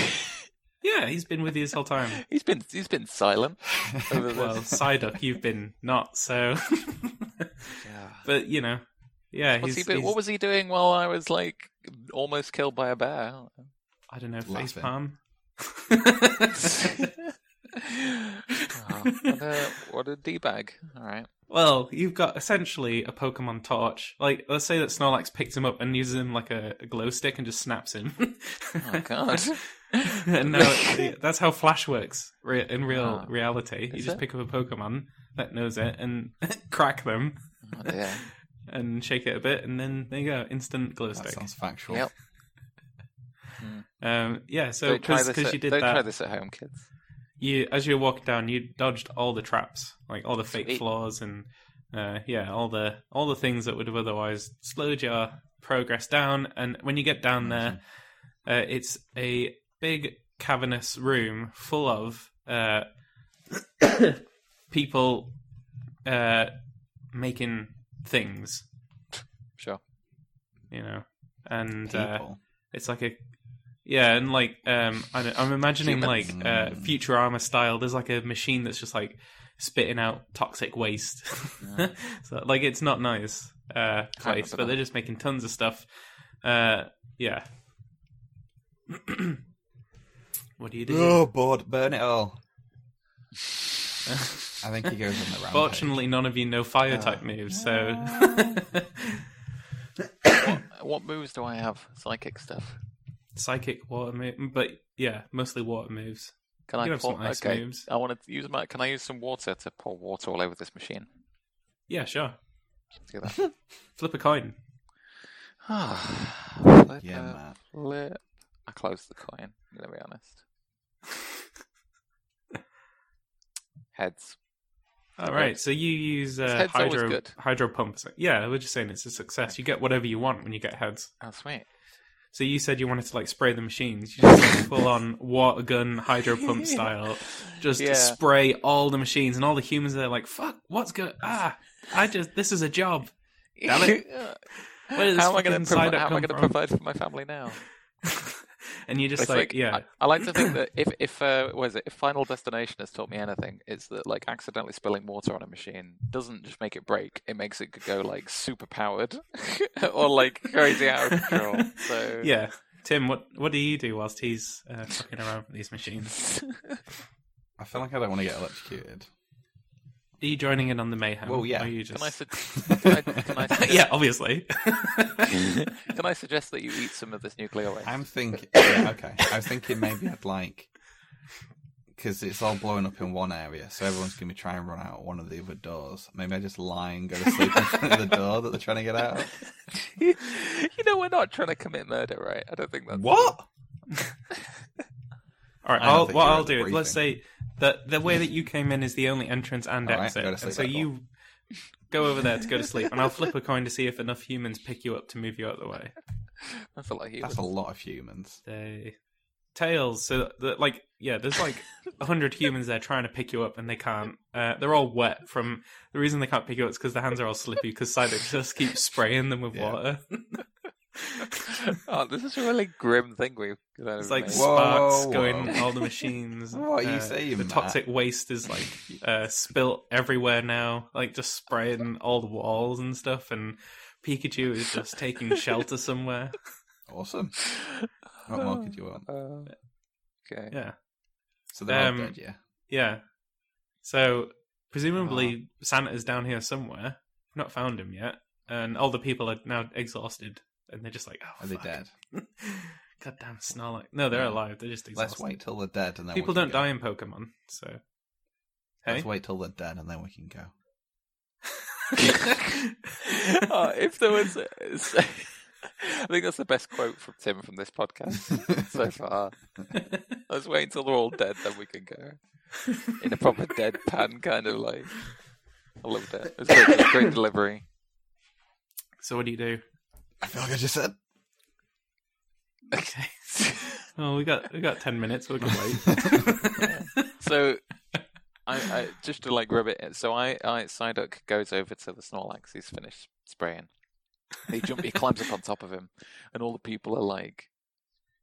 Speaker 1: yeah, he's been with you this whole
Speaker 2: (laughs)
Speaker 1: time.
Speaker 2: he's been he's been silent.
Speaker 1: Uh,
Speaker 3: (laughs)
Speaker 2: Over this.
Speaker 1: Well, Psyduck, you've been not so, (laughs)
Speaker 2: yeah.
Speaker 1: but you know, yeah,
Speaker 2: What's he
Speaker 1: he's.
Speaker 2: been,
Speaker 1: he's-
Speaker 2: what was he doing while I was like almost killed by a bear?
Speaker 1: I don't know, face
Speaker 3: Laughing.
Speaker 1: palm. (laughs)
Speaker 2: oh, what a what a d bag! All right.
Speaker 1: well, you've got essentially a Pokemon torch. Like, let's say that Snorlax picks him up and uses him like a, a glow stick and just snaps him.
Speaker 2: Oh
Speaker 1: (laughs)
Speaker 2: God.
Speaker 1: and now it- that's how Flash works re- in real
Speaker 2: Ah.
Speaker 1: reality. You
Speaker 2: Is
Speaker 1: just
Speaker 2: it?
Speaker 1: pick up a Pokemon that knows it and (laughs) crack them
Speaker 2: Oh, dear.
Speaker 1: and shake it a bit, and then there you go, instant glow
Speaker 3: That
Speaker 1: stick.
Speaker 3: sounds factual.
Speaker 2: Yep.
Speaker 1: Um, yeah, so
Speaker 2: Don't try
Speaker 1: because
Speaker 2: this. At,
Speaker 1: you did
Speaker 2: don't try
Speaker 1: that,
Speaker 2: this at home, kids.
Speaker 1: you as you were walking down, you dodged all the traps, like all the
Speaker 2: Sweet.
Speaker 1: fake floors and uh, yeah, all the all the things that would have otherwise slowed your progress down. And when you get down there, uh, it's a big cavernous room full of uh, (coughs) people uh, making things,
Speaker 2: Sure.
Speaker 1: you know, and uh,
Speaker 3: People.
Speaker 1: it's like a yeah, and like um, I don't, I'm imagining like
Speaker 2: Humans.
Speaker 1: uh, Futurama style. There's like a machine that's just like spitting out toxic waste. (laughs)
Speaker 2: Yeah.
Speaker 1: so like it's not nice uh, place,
Speaker 2: remember
Speaker 1: but
Speaker 2: that.
Speaker 1: they're just making tons of stuff. Uh, yeah. (clears throat) what do you do?
Speaker 3: Oh, bored. Burn
Speaker 1: (laughs)
Speaker 3: it all. I think he goes on the rampage.
Speaker 1: Fortunately, none of you know fire type moves, so
Speaker 2: Uh, What moves do I have? Psychic stuff.
Speaker 1: (laughs) psychic water move. But yeah, mostly water moves.
Speaker 2: Can
Speaker 1: You
Speaker 2: I
Speaker 1: have some
Speaker 2: pour?
Speaker 1: ice
Speaker 2: Okay.
Speaker 1: moves.
Speaker 2: I want to use my. Can I use some water to pour water all over this machine?
Speaker 1: Yeah, sure.
Speaker 2: Let's do that.
Speaker 1: Flip a coin.
Speaker 2: (sighs) flip,
Speaker 3: Yeah,
Speaker 2: a
Speaker 3: Matt.
Speaker 2: flip. I closed the coin. I'm gonna be honest. Heads.
Speaker 1: All right, so you use uh,
Speaker 2: heads always
Speaker 1: hydro
Speaker 2: good?
Speaker 1: hydro pumps. Yeah, we're just saying it's a success. You get whatever you want when you get heads.
Speaker 2: Oh sweet.
Speaker 1: So you said you wanted to like spray the machines. You just like, full
Speaker 2: (laughs)
Speaker 1: on water gun hydro pump style, just
Speaker 2: Yeah.
Speaker 1: spray all the machines and all the humans. They're like, "Fuck, what's good? Ah, I just this is a job." Damn
Speaker 2: it.
Speaker 1: Where does
Speaker 2: (laughs) how am I
Speaker 1: fucking
Speaker 2: going to
Speaker 1: Psyduck
Speaker 2: how am
Speaker 1: come
Speaker 2: I going to
Speaker 1: from?
Speaker 2: provide for my family now?
Speaker 1: (laughs) and you're just
Speaker 2: It's
Speaker 1: like, yeah,
Speaker 2: I, I like to think
Speaker 1: (laughs)
Speaker 2: that if if uh, what is it? If Final Destination has taught me anything, it's that like accidentally spilling water on a machine doesn't just make it break; it makes it go like super powered (laughs) or like crazy out of control. So
Speaker 1: (laughs) yeah. Tim, what what do you do whilst he's uh, fucking around with these machines?
Speaker 3: I feel like I don't want to get electrocuted.
Speaker 1: Are you joining in on the mayhem?
Speaker 3: Well, yeah.
Speaker 1: Or Are you just...
Speaker 2: Can I, su- can I, can I suggest,
Speaker 1: (laughs) yeah,
Speaker 2: (laughs)
Speaker 1: obviously.
Speaker 2: can I suggest that you eat some of this nuclear waste?
Speaker 3: I'm thinking. yeah, okay, I was thinking maybe I'd like because it's all blowing up in one area, so everyone's gonna be trying to run out one of the other doors. Maybe I just lie and go to sleep in front of the door that they're trying to get out. of.
Speaker 2: (laughs) you know, we're not trying to commit murder, right? I don't think that's
Speaker 3: What?
Speaker 1: All right,
Speaker 3: I don't
Speaker 1: I'll,
Speaker 3: think
Speaker 1: what
Speaker 3: you're
Speaker 1: I'll
Speaker 3: at the
Speaker 1: do is let's say that the way that you came in is the only entrance and
Speaker 3: All right,
Speaker 1: exit.
Speaker 3: go to
Speaker 1: and
Speaker 3: sleep,
Speaker 1: so
Speaker 3: Apple.
Speaker 1: you go over there to go to sleep, and I'll flip a coin to see if enough humans pick you up to move you out of the way.
Speaker 2: That's a lot of humans. (laughs)
Speaker 3: That's a lot of humans.
Speaker 1: They... Tails, so that, like, yeah, there's like a hundred humans there trying to pick you up, and they can't. Uh, they're all wet from the reason they can't pick you up is because their hands are all slippy because Psyduck just keeps spraying them with
Speaker 3: Yeah.
Speaker 1: water.
Speaker 2: oh, this is a really grim thing we've got
Speaker 1: It's like
Speaker 3: Whoa,
Speaker 2: (laughs)
Speaker 1: sparks
Speaker 3: whoa,
Speaker 1: going
Speaker 3: whoa.
Speaker 1: all the machines.
Speaker 3: (laughs) What are you
Speaker 1: Uh,
Speaker 3: saying,
Speaker 1: The
Speaker 3: Matt?
Speaker 1: toxic waste is like uh, spilt everywhere now, like just spraying all the walls and stuff. And Pikachu is just
Speaker 3: (laughs)
Speaker 1: taking shelter somewhere.
Speaker 3: Awesome. What more could you want?
Speaker 2: Uh, okay.
Speaker 1: Yeah,
Speaker 3: So they're
Speaker 1: Um,
Speaker 3: all dead, yeah.
Speaker 1: yeah. So presumably Santa's down here somewhere. We've not found him yet, and all the people are now exhausted, and they're just like, oh,
Speaker 3: Are they
Speaker 1: fuck.
Speaker 3: dead?
Speaker 1: (laughs) Goddamn Snorlax! No, they're
Speaker 3: Yeah.
Speaker 1: alive. They're just exhausted.
Speaker 3: Let's wait till they're dead and then
Speaker 1: People
Speaker 3: we
Speaker 1: don't
Speaker 3: can go.
Speaker 1: die eh? in Pokemon, so. Hey?
Speaker 3: Let's wait till they're dead and then we can go. (laughs)
Speaker 1: (laughs)
Speaker 2: (laughs) oh, if there was, (laughs) it's- I think that's the best quote from Tim from this podcast (laughs) so far. Let's wait until they're all dead, then we can go in a proper deadpan kind of like. I loved it. It was great, it was great delivery.
Speaker 1: so what do you do?
Speaker 3: I feel like I just said.
Speaker 2: Okay. (laughs)
Speaker 1: Oh, we got we got ten minutes.
Speaker 3: (laughs)
Speaker 1: We can wait.
Speaker 2: (laughs) so I, I just to like rub it in, so I, I Psyduck goes over to the Snorlax he's finished spraying he jump he climbs up on top of him and all the people are like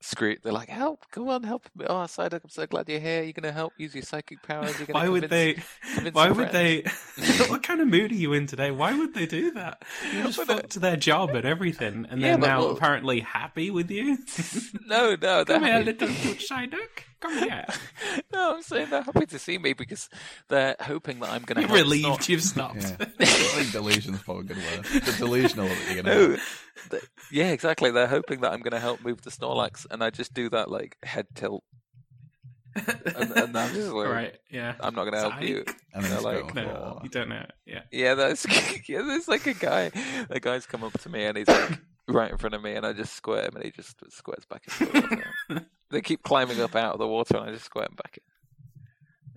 Speaker 2: screw they're like help come on help me. oh Psyduck I'm so glad you're here you're gonna help use your psychic powers you're gonna
Speaker 1: why would
Speaker 2: convince-
Speaker 1: they?
Speaker 2: (laughs) convince
Speaker 1: Why
Speaker 2: your
Speaker 1: would they? (laughs) what kind of mood are you in today? Why would they do that? You just
Speaker 2: (laughs) Well, they-
Speaker 1: fucked their job and everything, and
Speaker 2: Yeah,
Speaker 1: they're
Speaker 2: but
Speaker 1: now
Speaker 2: well-
Speaker 1: apparently happy with
Speaker 2: (laughs)
Speaker 1: you. (laughs)
Speaker 2: no no they're
Speaker 1: Come here,
Speaker 2: happy.
Speaker 1: little good Psyduck. Come here.
Speaker 2: (laughs) no I'm saying they're happy to see me because they're hoping that I'm gonna help
Speaker 1: Relieved
Speaker 2: Snor-
Speaker 1: you've stopped.
Speaker 3: Yeah. I think delusion's probably a good word. The delusional
Speaker 1: (laughs)
Speaker 3: that you're
Speaker 2: No,
Speaker 3: going to
Speaker 2: th- yeah, exactly. They're hoping that I'm going to help move the Snorlax, and I just do that like head tilt, (laughs) and, and I'm just like,
Speaker 1: Right? Yeah.
Speaker 2: I'm not going to help you.
Speaker 3: And then
Speaker 2: They're
Speaker 3: it's
Speaker 2: like,
Speaker 3: going for
Speaker 1: No,
Speaker 3: water.
Speaker 1: you don't know. Yeah.
Speaker 2: Yeah, that's (laughs) yeah. There's like a guy. The guy's come up to me, and
Speaker 1: (coughs)
Speaker 2: he's like right in front of me, and I just squirt him, and he just squirts back into the
Speaker 1: (laughs)
Speaker 2: water. they keep climbing up out of the water, and I just squirt him back.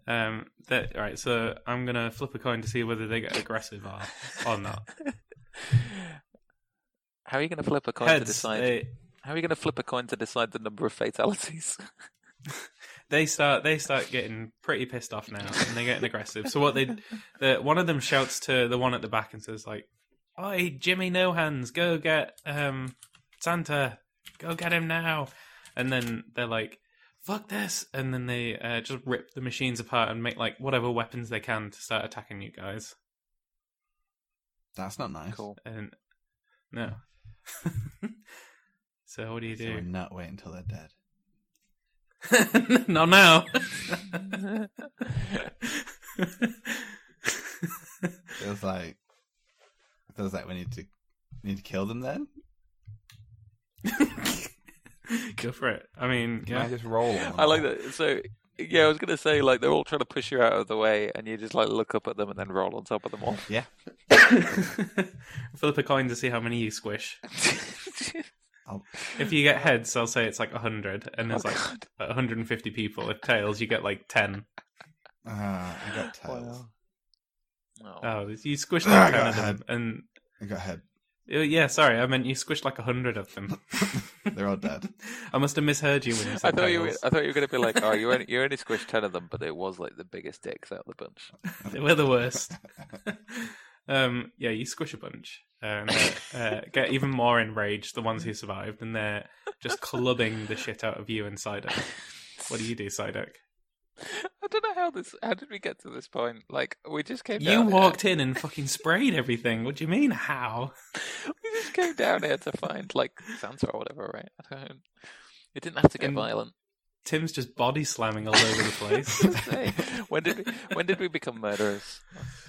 Speaker 2: in.
Speaker 1: Um. That. All right. So I'm gonna flip a coin to see whether they get aggressive or or not.
Speaker 2: How are you going to flip a (laughs) coin to
Speaker 1: Heads.
Speaker 2: decide?
Speaker 1: They,
Speaker 2: How are you going to flip a coin to decide the number of fatalities? (laughs)
Speaker 1: they start they start getting pretty pissed off now and they're getting aggressive so what they the, one of them shouts to the one at the back and says like oi jimmy no hands go get um santa go get him now and then they're like fuck this and then they uh, just rip the machines apart and make like whatever weapons they can to start attacking you guys
Speaker 3: That's not nice.
Speaker 2: cool.
Speaker 1: and no (laughs) so what do you
Speaker 3: So we're
Speaker 1: do
Speaker 3: not waiting until they're dead.
Speaker 1: (laughs) not now (laughs)
Speaker 3: Feels like feels like we need to need to kill them then.
Speaker 1: (laughs) Go for it. I mean,
Speaker 3: Can I
Speaker 1: yeah.
Speaker 3: just roll? on
Speaker 2: I like
Speaker 3: that.
Speaker 2: that. So yeah, I was gonna say like they're all trying to push you out of the way, and you just like look up at them and then roll on top of them all. (laughs)
Speaker 1: (laughs) Flip a coin to see how many you squish.
Speaker 3: I'll-
Speaker 1: If you get heads, I'll say it's like 100, and there's
Speaker 2: Oh,
Speaker 3: (laughs)
Speaker 1: like
Speaker 2: God.
Speaker 1: 150 people. If tails, you get like 10.
Speaker 3: Ah,
Speaker 1: (laughs)
Speaker 3: I got tails.
Speaker 2: Wow. Oh.
Speaker 1: Oh, you squished
Speaker 3: Ah, I
Speaker 1: like
Speaker 3: got
Speaker 1: 10 of
Speaker 3: a
Speaker 1: them. And
Speaker 3: I got head.
Speaker 1: uh, yeah, sorry, I meant you squished like 100 of them.
Speaker 3: (laughs) They're all dead.
Speaker 1: (laughs) I must have misheard you when you
Speaker 2: I
Speaker 1: said
Speaker 2: thought you were,
Speaker 1: tails.
Speaker 2: I thought you were gonna be like,
Speaker 1: (laughs)
Speaker 2: oh, you only you only squished ten of them, but it was like the biggest
Speaker 3: uh,
Speaker 2: dicks out of the bunch.
Speaker 3: (laughs)
Speaker 1: (laughs) They were the worst. um, yeah, you squish a bunch. and uh, uh, get even more enraged. The ones who survived, and they're just clubbing the shit out of you and Psyduck. (laughs) What do you do, Psyduck?
Speaker 2: I don't know how this. How did we get to this point? Like we just came.
Speaker 1: You
Speaker 2: down
Speaker 1: walked in and fucking sprayed everything. What do you mean? How?
Speaker 2: Here. (laughs) We just came down here to find like Santa or whatever, right? I don't. know. It didn't have to get
Speaker 1: And-
Speaker 2: violent.
Speaker 1: Tim's just body slamming (laughs) all over the (laughs)
Speaker 2: (laughs)
Speaker 1: place.
Speaker 2: Say, when did we, when did we
Speaker 1: (laughs)
Speaker 2: become murderers?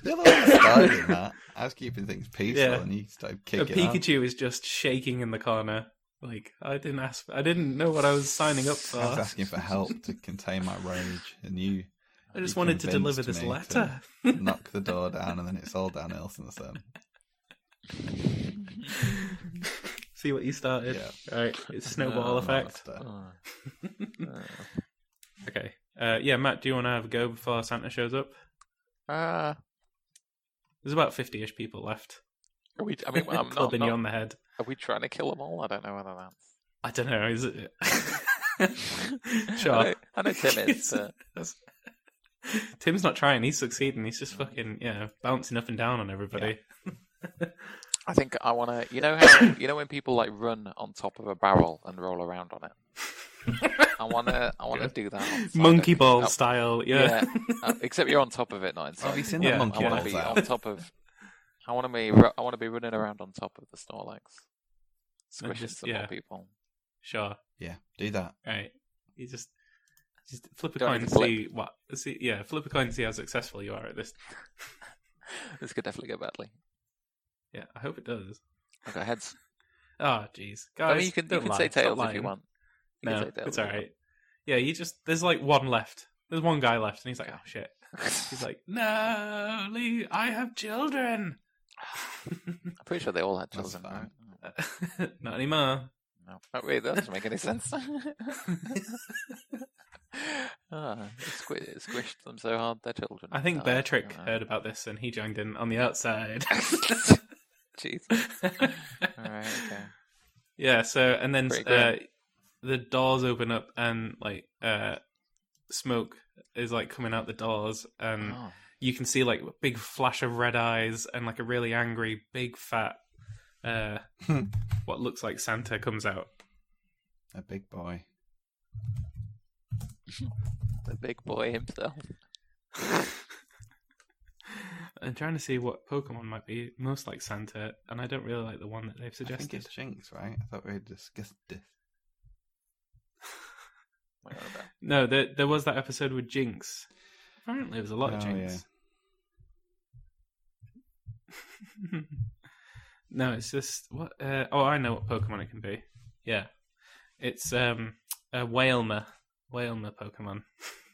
Speaker 3: The other one started in that. I was keeping things peaceful,
Speaker 1: Yeah.
Speaker 3: and he started
Speaker 1: A
Speaker 3: kicking. up.
Speaker 1: Pikachu is just shaking in the corner. Like I didn't ask. I didn't know what I was signing up for.
Speaker 3: I was asking for help to contain my rage, and you
Speaker 1: I just
Speaker 3: You
Speaker 1: wanted to
Speaker 3: convinced
Speaker 1: deliver this
Speaker 3: me to-
Speaker 1: letter.
Speaker 3: knock the door down, and then it's all downhill since then.
Speaker 1: (laughs) See what you started. All right, it's snowball
Speaker 3: Oh,
Speaker 1: effect.
Speaker 3: that's it.
Speaker 2: Oh. Oh.
Speaker 1: Okay. Uh, yeah, Matt, do you want to have a go before Santa shows up?
Speaker 2: Ah,
Speaker 1: There's about fifty-ish people left.
Speaker 2: are we,
Speaker 1: (laughs)
Speaker 2: I mean, I'm not,
Speaker 1: clubbing you
Speaker 2: not,
Speaker 1: on the head.
Speaker 2: are we trying to kill them all? I don't know whether that's.
Speaker 1: I don't know. Is
Speaker 2: (laughs)
Speaker 1: it?
Speaker 2: I
Speaker 1: sure.
Speaker 2: know, I
Speaker 1: (laughs)
Speaker 2: know Tim is. But
Speaker 1: That's- Tim's not trying. He's succeeding. He's just fucking yeah, bouncing up and down on everybody.
Speaker 2: I think I want to. You know how (coughs) you know when people like run on top of a barrel and roll around on it. I want to. I want to
Speaker 1: Good.
Speaker 2: do that. on
Speaker 1: Monkey
Speaker 2: Saturday.
Speaker 1: ball
Speaker 2: Oh,
Speaker 1: style. Yeah.
Speaker 2: Yeah. uh, except you're on top of it, not inside.
Speaker 3: Have you seen
Speaker 1: Yeah, I
Speaker 3: that
Speaker 2: I
Speaker 3: monkey
Speaker 2: want to
Speaker 3: balls
Speaker 2: be
Speaker 3: out?
Speaker 2: on top of. I want to be. ru- I want to be running around on top of the Snorlax, squishing
Speaker 1: just-
Speaker 2: some
Speaker 1: yeah.
Speaker 2: more people.
Speaker 1: (laughs) Sure.
Speaker 3: Yeah, do that.
Speaker 1: Right. You just just flip a
Speaker 2: Don't
Speaker 1: coin
Speaker 2: even
Speaker 1: and
Speaker 2: flip.
Speaker 1: see what see yeah, flip a coin and see how successful you are at this.
Speaker 2: This could definitely go badly.
Speaker 1: Yeah, I hope it does.
Speaker 2: I've got heads.
Speaker 1: Oh jeez. Guys,
Speaker 2: I mean, you can, you
Speaker 1: don't
Speaker 2: can
Speaker 1: lie.
Speaker 2: say
Speaker 1: Stop
Speaker 2: tails if you
Speaker 1: lying.
Speaker 2: want. You can
Speaker 1: No,
Speaker 2: say tails
Speaker 1: it's
Speaker 2: if
Speaker 1: all
Speaker 2: you
Speaker 1: right. Yeah, you just there's like one left. There's one guy left and he's like, "Oh shit." He's like, "No, Lee, I have children."
Speaker 2: (laughs)
Speaker 1: (laughs)
Speaker 2: I'm pretty sure they all had
Speaker 3: That's
Speaker 2: children.
Speaker 3: fine.
Speaker 2: right?
Speaker 1: Not anymore.
Speaker 2: No. Oh, wait, that doesn't make any sense. (laughs) ah, it squi- it squished them so hard, their children.
Speaker 1: I think
Speaker 2: died.
Speaker 1: Bear Trick uh,
Speaker 2: Oh, no.
Speaker 1: heard about this and he joined in on the outside.
Speaker 3: (laughs)
Speaker 2: (laughs) Jeez. Alright, okay.
Speaker 1: Yeah, so and then
Speaker 2: Pretty
Speaker 1: uh,
Speaker 2: grim.
Speaker 1: the doors open up and like uh smoke is like coming out the doors
Speaker 3: Hmm.
Speaker 1: and
Speaker 2: Oh,
Speaker 1: you can see like a big flash of red eyes and like a really angry big fat uh what looks like Santa comes out.
Speaker 3: A big boy.
Speaker 2: the big boy himself.
Speaker 1: I'm trying to see what Pokemon might be most like Santa and I don't really like the one that they've
Speaker 3: I think
Speaker 1: suggested.
Speaker 3: it's Jinx, right? I thought we had discussed this.
Speaker 2: What about that?
Speaker 1: No, there there was that episode with Jinx. Apparently there was a lot of
Speaker 3: Oh,
Speaker 1: Jinx. (laughs) no, it's just what uh, oh I know what Pokemon it can be. Yeah. It's um a whalemer. Whalemer Pokemon.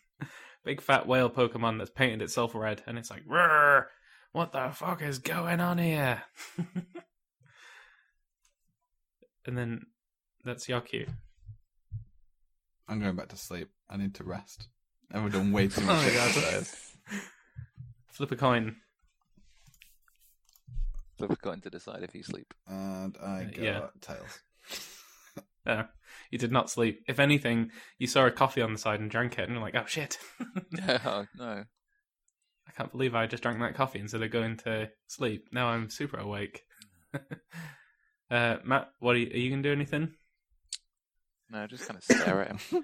Speaker 1: (laughs) Big fat whale Pokemon that's painted itself red and it's like "Roar! what the fuck is going on here? (laughs) and then that's your cue.
Speaker 3: I'm going back to sleep. I need to rest. I've
Speaker 1: (laughs)
Speaker 3: done way too much
Speaker 1: Oh my God.
Speaker 3: exercise.
Speaker 1: Flip a coin.
Speaker 2: So we're going to decide if you sleep.
Speaker 3: And
Speaker 1: Uh,
Speaker 3: I got
Speaker 1: yeah. (laughs)
Speaker 3: tails.
Speaker 1: No, you did not sleep. If anything, you saw a coffee on the side and drank it, and you're like, oh shit,
Speaker 2: oh, (laughs) no.
Speaker 1: I can't believe I just drank that coffee instead of going to sleep. Now I'm super awake. (laughs) uh, Matt, what are you, are you going to do anything?
Speaker 2: No, just kind of stare at him.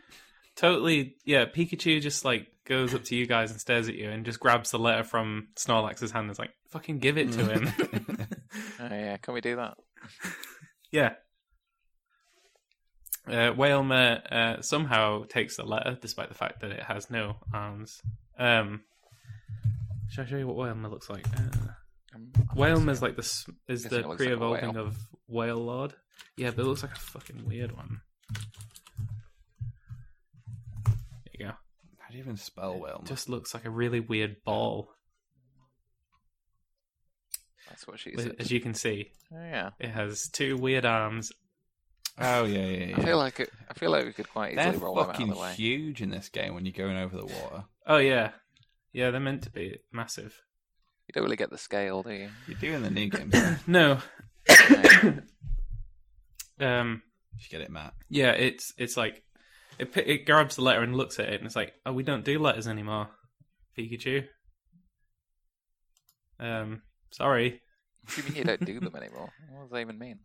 Speaker 1: Totally, yeah, Pikachu just like goes up to you guys and stares at you and just grabs the letter from Snorlax's hand and is like, fucking give it to him.
Speaker 2: Oh, yeah, can we do that?
Speaker 1: yeah. Uh, Whalmer uh, somehow takes the letter, despite the fact that it has no arms. Um, should I show you what Whalmer looks like? Uh,
Speaker 2: I'm- I'm
Speaker 1: Whalmer's like the s- is
Speaker 2: Guessing
Speaker 1: the
Speaker 2: it looks like a whale.
Speaker 1: pre-evolving of Whale Lord. Yeah, but it looks like a fucking weird one. There you go.
Speaker 3: How do you even spell Wilma?
Speaker 1: Just looks like a really weird ball,
Speaker 2: That's what she
Speaker 1: But
Speaker 2: said.
Speaker 1: as you can see.
Speaker 2: Oh, yeah.
Speaker 1: It has two weird arms. (laughs)
Speaker 3: Oh yeah, yeah, yeah.
Speaker 2: I feel like it, I feel like we could quite easily
Speaker 3: They're
Speaker 2: roll them out of
Speaker 3: fucking
Speaker 2: the way.
Speaker 3: huge in this game when you're going over the water.
Speaker 1: Oh yeah, yeah, they're meant to be massive.
Speaker 2: You don't really get the scale, do
Speaker 3: (laughs)
Speaker 2: you?
Speaker 3: You're doing
Speaker 1: (clears throat)
Speaker 3: the new game. stuff.
Speaker 1: No,
Speaker 2: No.
Speaker 1: um,
Speaker 3: you get it, Matt.
Speaker 1: Yeah, it's it's like it pi- it grabs the letter and looks at it and it's like, oh, we don't do letters anymore, Pikachu. Um, sorry,
Speaker 2: What do you mean you don't do them anymore? What does that even mean?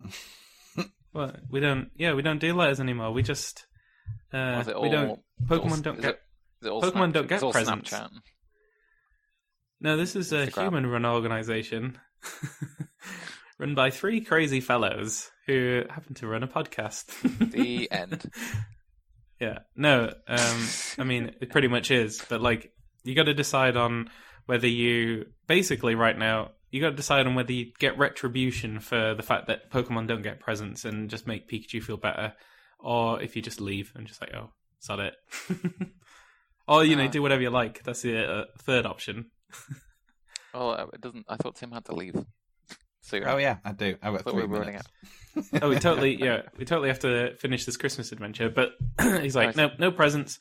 Speaker 1: Well, we don't. Yeah, we don't do letters anymore. We just.
Speaker 2: Or
Speaker 1: Uh,
Speaker 2: is it
Speaker 1: we don't.
Speaker 2: all-
Speaker 1: Pokemon
Speaker 2: all-
Speaker 1: don't
Speaker 2: is
Speaker 1: get.
Speaker 2: it- is it all
Speaker 1: Pokemon don't
Speaker 2: Snapchat-
Speaker 1: get
Speaker 2: it's all
Speaker 1: presents.
Speaker 2: Snapchat.
Speaker 1: No, this is a
Speaker 2: Instagram.
Speaker 1: human-run organization, (laughs) run by three crazy fellows who happen to run a podcast.
Speaker 2: The end. (laughs)
Speaker 1: Yeah. No, um I mean it pretty much is, but like you got to decide on whether you basically right now you got to decide on whether you get retribution for the fact that Pokemon don't get presents and just make Pikachu feel better or if you just leave and just like oh, is that it? (laughs) or you know,
Speaker 2: Ah.
Speaker 1: do whatever you like. That's the uh, third option.
Speaker 2: Well, uh, it doesn't. I thought Tim had to leave. (laughs) So
Speaker 3: Oh yeah, I do. I've got
Speaker 2: Thought
Speaker 3: three
Speaker 2: we were running
Speaker 3: minutes.
Speaker 1: Oh, we
Speaker 2: (laughs)
Speaker 1: totally yeah, we totally have to finish this Christmas adventure, but (clears throat) he's like
Speaker 2: Nice.
Speaker 1: no no presents.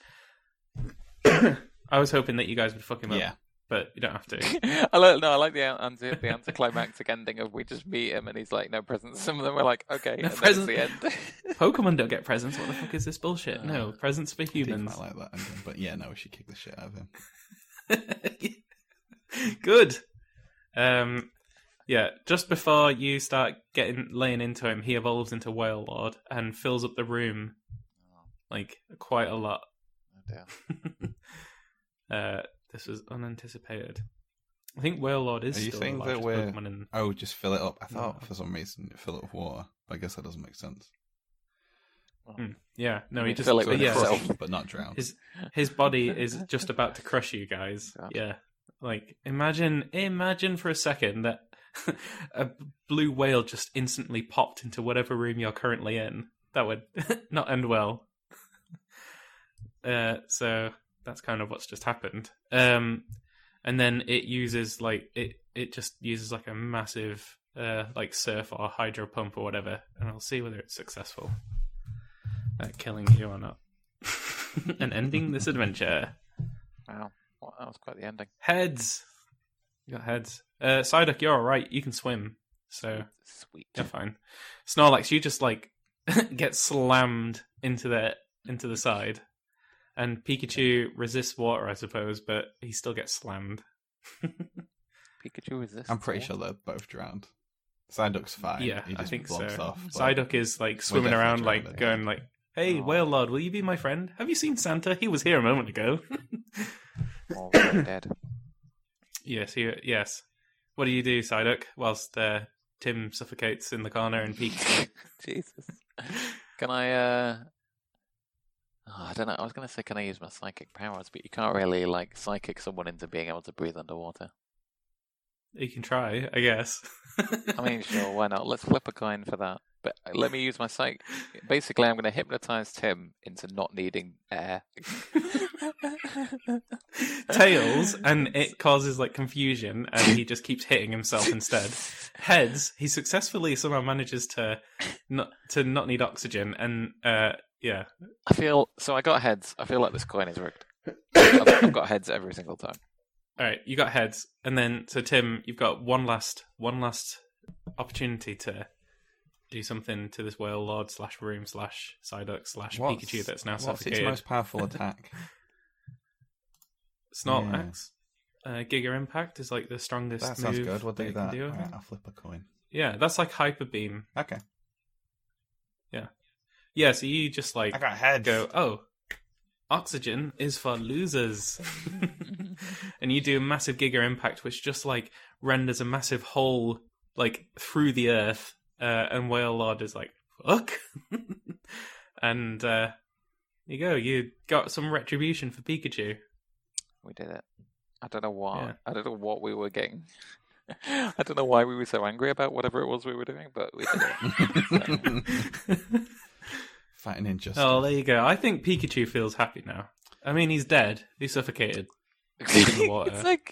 Speaker 1: (coughs) I was hoping that you guys would fuck him up,
Speaker 3: Yeah.
Speaker 1: but you don't have to.
Speaker 2: (laughs) I like, no, I like the anti, the anticlimactic ending of we just meet him and he's like, no presents. (laughs) Some of them were like, okay,
Speaker 1: No
Speaker 2: and then it's the
Speaker 1: presents. (laughs)
Speaker 2: end.
Speaker 1: Pokemon don't get presents. What the fuck is this bullshit? no,
Speaker 2: Uh,
Speaker 1: presents for
Speaker 3: I do
Speaker 1: humans.
Speaker 3: quite like that. ending, But yeah, no, we should kick the shit out of him.
Speaker 1: (laughs) Good. Um, yeah. Just before you start getting laying into him, he evolves into Whale Lord and fills up the room
Speaker 2: Oh,
Speaker 1: like quite a lot. (laughs) Uh, this was unanticipated. I think Whale Lord is
Speaker 3: Are you
Speaker 1: still
Speaker 3: saying
Speaker 1: the
Speaker 3: that
Speaker 1: largest
Speaker 3: we're-
Speaker 1: Pokemon in.
Speaker 3: Oh, just fill it up. I thought
Speaker 1: No.
Speaker 3: for some reason it fill it with water. I guess that doesn't make sense.
Speaker 1: Yeah. No,
Speaker 2: You
Speaker 1: he
Speaker 2: mean
Speaker 1: just
Speaker 2: fill it
Speaker 1: but
Speaker 2: with
Speaker 1: yeah,
Speaker 2: itself.
Speaker 3: but not drown.
Speaker 1: His his body is just about to crush you guys.
Speaker 2: God.
Speaker 1: Yeah. Like imagine imagine for a second that (laughs) a blue whale just instantly popped into whatever room you're currently in. That would (laughs) not end well. Uh so that's kind of what's just happened. Um and then it uses like it it just uses like a massive uh like surf or hydro pump or whatever and I'll see whether it's successful at killing you or not (laughs) and ending this adventure.
Speaker 2: Wow, well, that was quite the ending.
Speaker 1: Heads. You got heads. Uh, Psyduck, you're alright. You can swim. So,
Speaker 2: Sweet.
Speaker 1: you're fine. Snorlax, you just, like, (laughs) get slammed into the, into the side. And Pikachu resists water, I suppose, but he still gets slammed. (laughs)
Speaker 2: Pikachu resists.
Speaker 3: I'm pretty
Speaker 2: all.
Speaker 3: sure they're both drowned. Psyduck's fine.
Speaker 1: Yeah,
Speaker 3: he
Speaker 1: I
Speaker 3: just
Speaker 1: think so.
Speaker 3: blocks off. but-
Speaker 1: Psyduck is, like, swimming
Speaker 3: definitely
Speaker 1: around,
Speaker 3: trying
Speaker 1: like,
Speaker 3: to- Oh.
Speaker 1: going, like, Hey,
Speaker 2: Aw.
Speaker 1: Whale Lord, will you be my friend? Have you seen Santa? He was here a moment ago. (laughs)
Speaker 2: All very dead.
Speaker 1: Yes, he, yes. What do you do, Psyduck, whilst uh, Tim suffocates in the corner and peeks?
Speaker 2: (laughs) Jesus. Can I? uh oh, I don't know. I was gonna say, can I use my psychic powers? But you can't really like psychic someone into being able to breathe underwater.
Speaker 1: you can try, I guess.
Speaker 2: I
Speaker 1: (laughs)
Speaker 2: mean, sure, why not? Let's flip a coin for that. But uh, let me use my psych. Basically, I'm going to hypnotize Tim into not needing air.
Speaker 1: tails,
Speaker 3: (laughs)
Speaker 1: and it causes like confusion, and he just keeps hitting himself instead. Heads, he successfully somehow manages to not to not need oxygen, and uh, yeah,
Speaker 2: I feel so. I got heads. I feel like this coin is rigged. I've, I've got heads every single time.
Speaker 1: All right, you got heads, and then so Tim, you've got one last one last opportunity to do something to this whale lord slash room slash Psyduck slash
Speaker 3: What's-
Speaker 1: Pikachu that's now
Speaker 3: What's its
Speaker 1: suffocated.
Speaker 3: most (laughs) powerful attack?
Speaker 1: Snorlax, uh, Giga Impact is like the strongest.
Speaker 3: that sounds
Speaker 1: move
Speaker 3: good. We'll
Speaker 1: that
Speaker 3: do
Speaker 1: it can
Speaker 3: that.
Speaker 1: do, I
Speaker 3: Alright,
Speaker 1: think.
Speaker 3: I'll flip a coin.
Speaker 1: Yeah, that's like Hyper Beam.
Speaker 3: Okay.
Speaker 1: Yeah, so you just like
Speaker 3: I got head. (laughs)
Speaker 1: go, oh, oxygen is for losers. (laughs) and you do a massive Giga Impact, which just like renders a massive hole like through the earth. Uh, and Whale Lord is like, fuck. (laughs) and uh, you go, you got some retribution for
Speaker 3: (laughs)
Speaker 1: Pikachu.
Speaker 2: We did it. I don't know why.
Speaker 1: Yeah.
Speaker 2: I don't know what we were getting. (laughs) I don't know why we were so angry about whatever it was we were doing, but we
Speaker 1: (laughs)
Speaker 2: did it. So,
Speaker 3: Fighting injustice.
Speaker 1: oh, there you go. I think Pikachu feels happy now. I mean, he's dead. He's suffocated. in
Speaker 2: (laughs)
Speaker 1: the water.
Speaker 2: it's like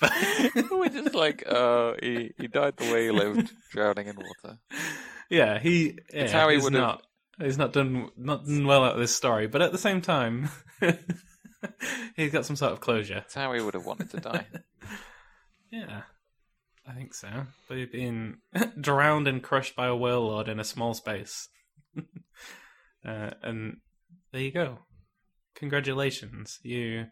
Speaker 2: we're just like, uh, he he died the way
Speaker 1: (laughs)
Speaker 2: he lived, drowning in water.
Speaker 1: yeah, he. Yeah,
Speaker 2: how he
Speaker 1: he's
Speaker 2: would've-
Speaker 1: not. He's not done not done well out of this story, but at the same time, (laughs) he's got some sort of closure.
Speaker 2: That's how he would have wanted to die.
Speaker 1: Yeah, I think so. By being (laughs) drowned and crushed by a whale lord in a small space, (laughs) uh, and there you go. Congratulations, you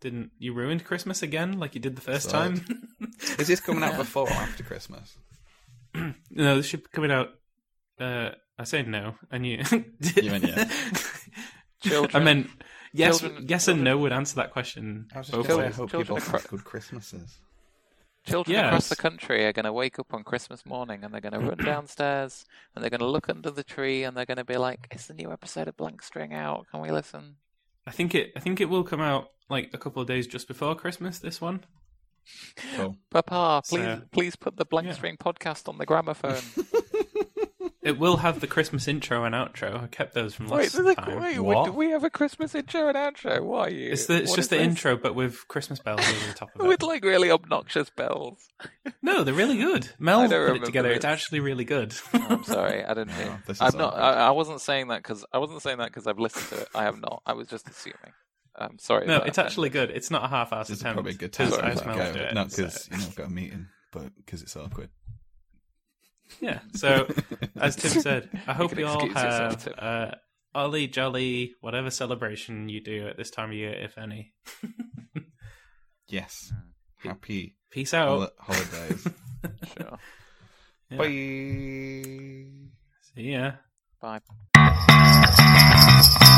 Speaker 1: didn't you ruined Christmas again like you did the first
Speaker 3: Sorry.
Speaker 1: time. (laughs)
Speaker 3: Is this coming out before or after Christmas?
Speaker 1: no, this should be coming out. Uh, I say no, and you. (laughs)
Speaker 3: You meant yeah.
Speaker 1: I
Speaker 2: Children.
Speaker 1: meant yes.
Speaker 2: Children-
Speaker 1: yes and no would answer that question.
Speaker 3: I was just
Speaker 1: both
Speaker 3: going to say, I
Speaker 1: ways.
Speaker 3: hope
Speaker 2: Children
Speaker 3: people
Speaker 2: are
Speaker 3: have
Speaker 2: cr-
Speaker 3: good Christmases.
Speaker 2: Children
Speaker 1: Yes.
Speaker 2: across the country are going to wake up on Christmas morning and they're going
Speaker 1: (clears throat)
Speaker 2: to run downstairs and they're going to look under the tree and they're going to be like, "Is the new episode of Blank String out? Can we listen?"
Speaker 1: I think it. I think it will come out like a couple of days just before Christmas. This one.
Speaker 3: Cool.
Speaker 2: Papa,
Speaker 1: So-
Speaker 2: please, please put the Blank
Speaker 1: Yeah.
Speaker 2: String podcast on the gramophone.
Speaker 1: It will have the Christmas intro and outro. I kept those from
Speaker 2: wait,
Speaker 1: last
Speaker 2: there's a-
Speaker 1: time.
Speaker 2: wait,
Speaker 3: What?
Speaker 2: do we have a Christmas intro and outro? Why are you?
Speaker 1: It's the, it's
Speaker 2: what
Speaker 1: just the
Speaker 2: is this?
Speaker 1: intro, but with Christmas bells over the top
Speaker 2: (laughs)
Speaker 1: of it.
Speaker 2: with like really obnoxious bells.
Speaker 1: No, they're really good. Mel
Speaker 2: I don't
Speaker 1: put it
Speaker 2: remember
Speaker 1: together. It's
Speaker 2: this.
Speaker 1: actually really good.
Speaker 3: Oh,
Speaker 1: (laughs)
Speaker 2: I'm sorry, I didn't.
Speaker 3: No,
Speaker 2: hear.
Speaker 3: this is
Speaker 2: I'm not.
Speaker 3: awkward.
Speaker 2: I, I wasn't saying that because I wasn't saying that because I've listened to it. I have not. I was just assuming. I'm sorry.
Speaker 1: no,
Speaker 2: about
Speaker 1: it's
Speaker 2: that.
Speaker 1: actually good. It's not a half-assed
Speaker 3: This is
Speaker 1: attempt.
Speaker 3: probably a good time
Speaker 1: 'cause
Speaker 3: to
Speaker 2: Sorry,
Speaker 1: I
Speaker 3: let
Speaker 2: I've
Speaker 1: smelled
Speaker 3: go.
Speaker 1: it.
Speaker 3: Not because
Speaker 1: so-
Speaker 3: you know I've got a meeting, but because it's awkward.
Speaker 2: (laughs)
Speaker 1: Yeah. So as Tim said, I hope
Speaker 2: can
Speaker 1: you all
Speaker 2: excuse yourself,
Speaker 1: have
Speaker 2: Tim.
Speaker 1: uh, Ollie Jolly, whatever celebration you do at this time of year, if any.
Speaker 3: yes, happy
Speaker 1: Peace out.
Speaker 3: hol- holidays.
Speaker 2: Sure.
Speaker 1: Yeah.
Speaker 3: Bye.
Speaker 1: See ya.
Speaker 2: Bye.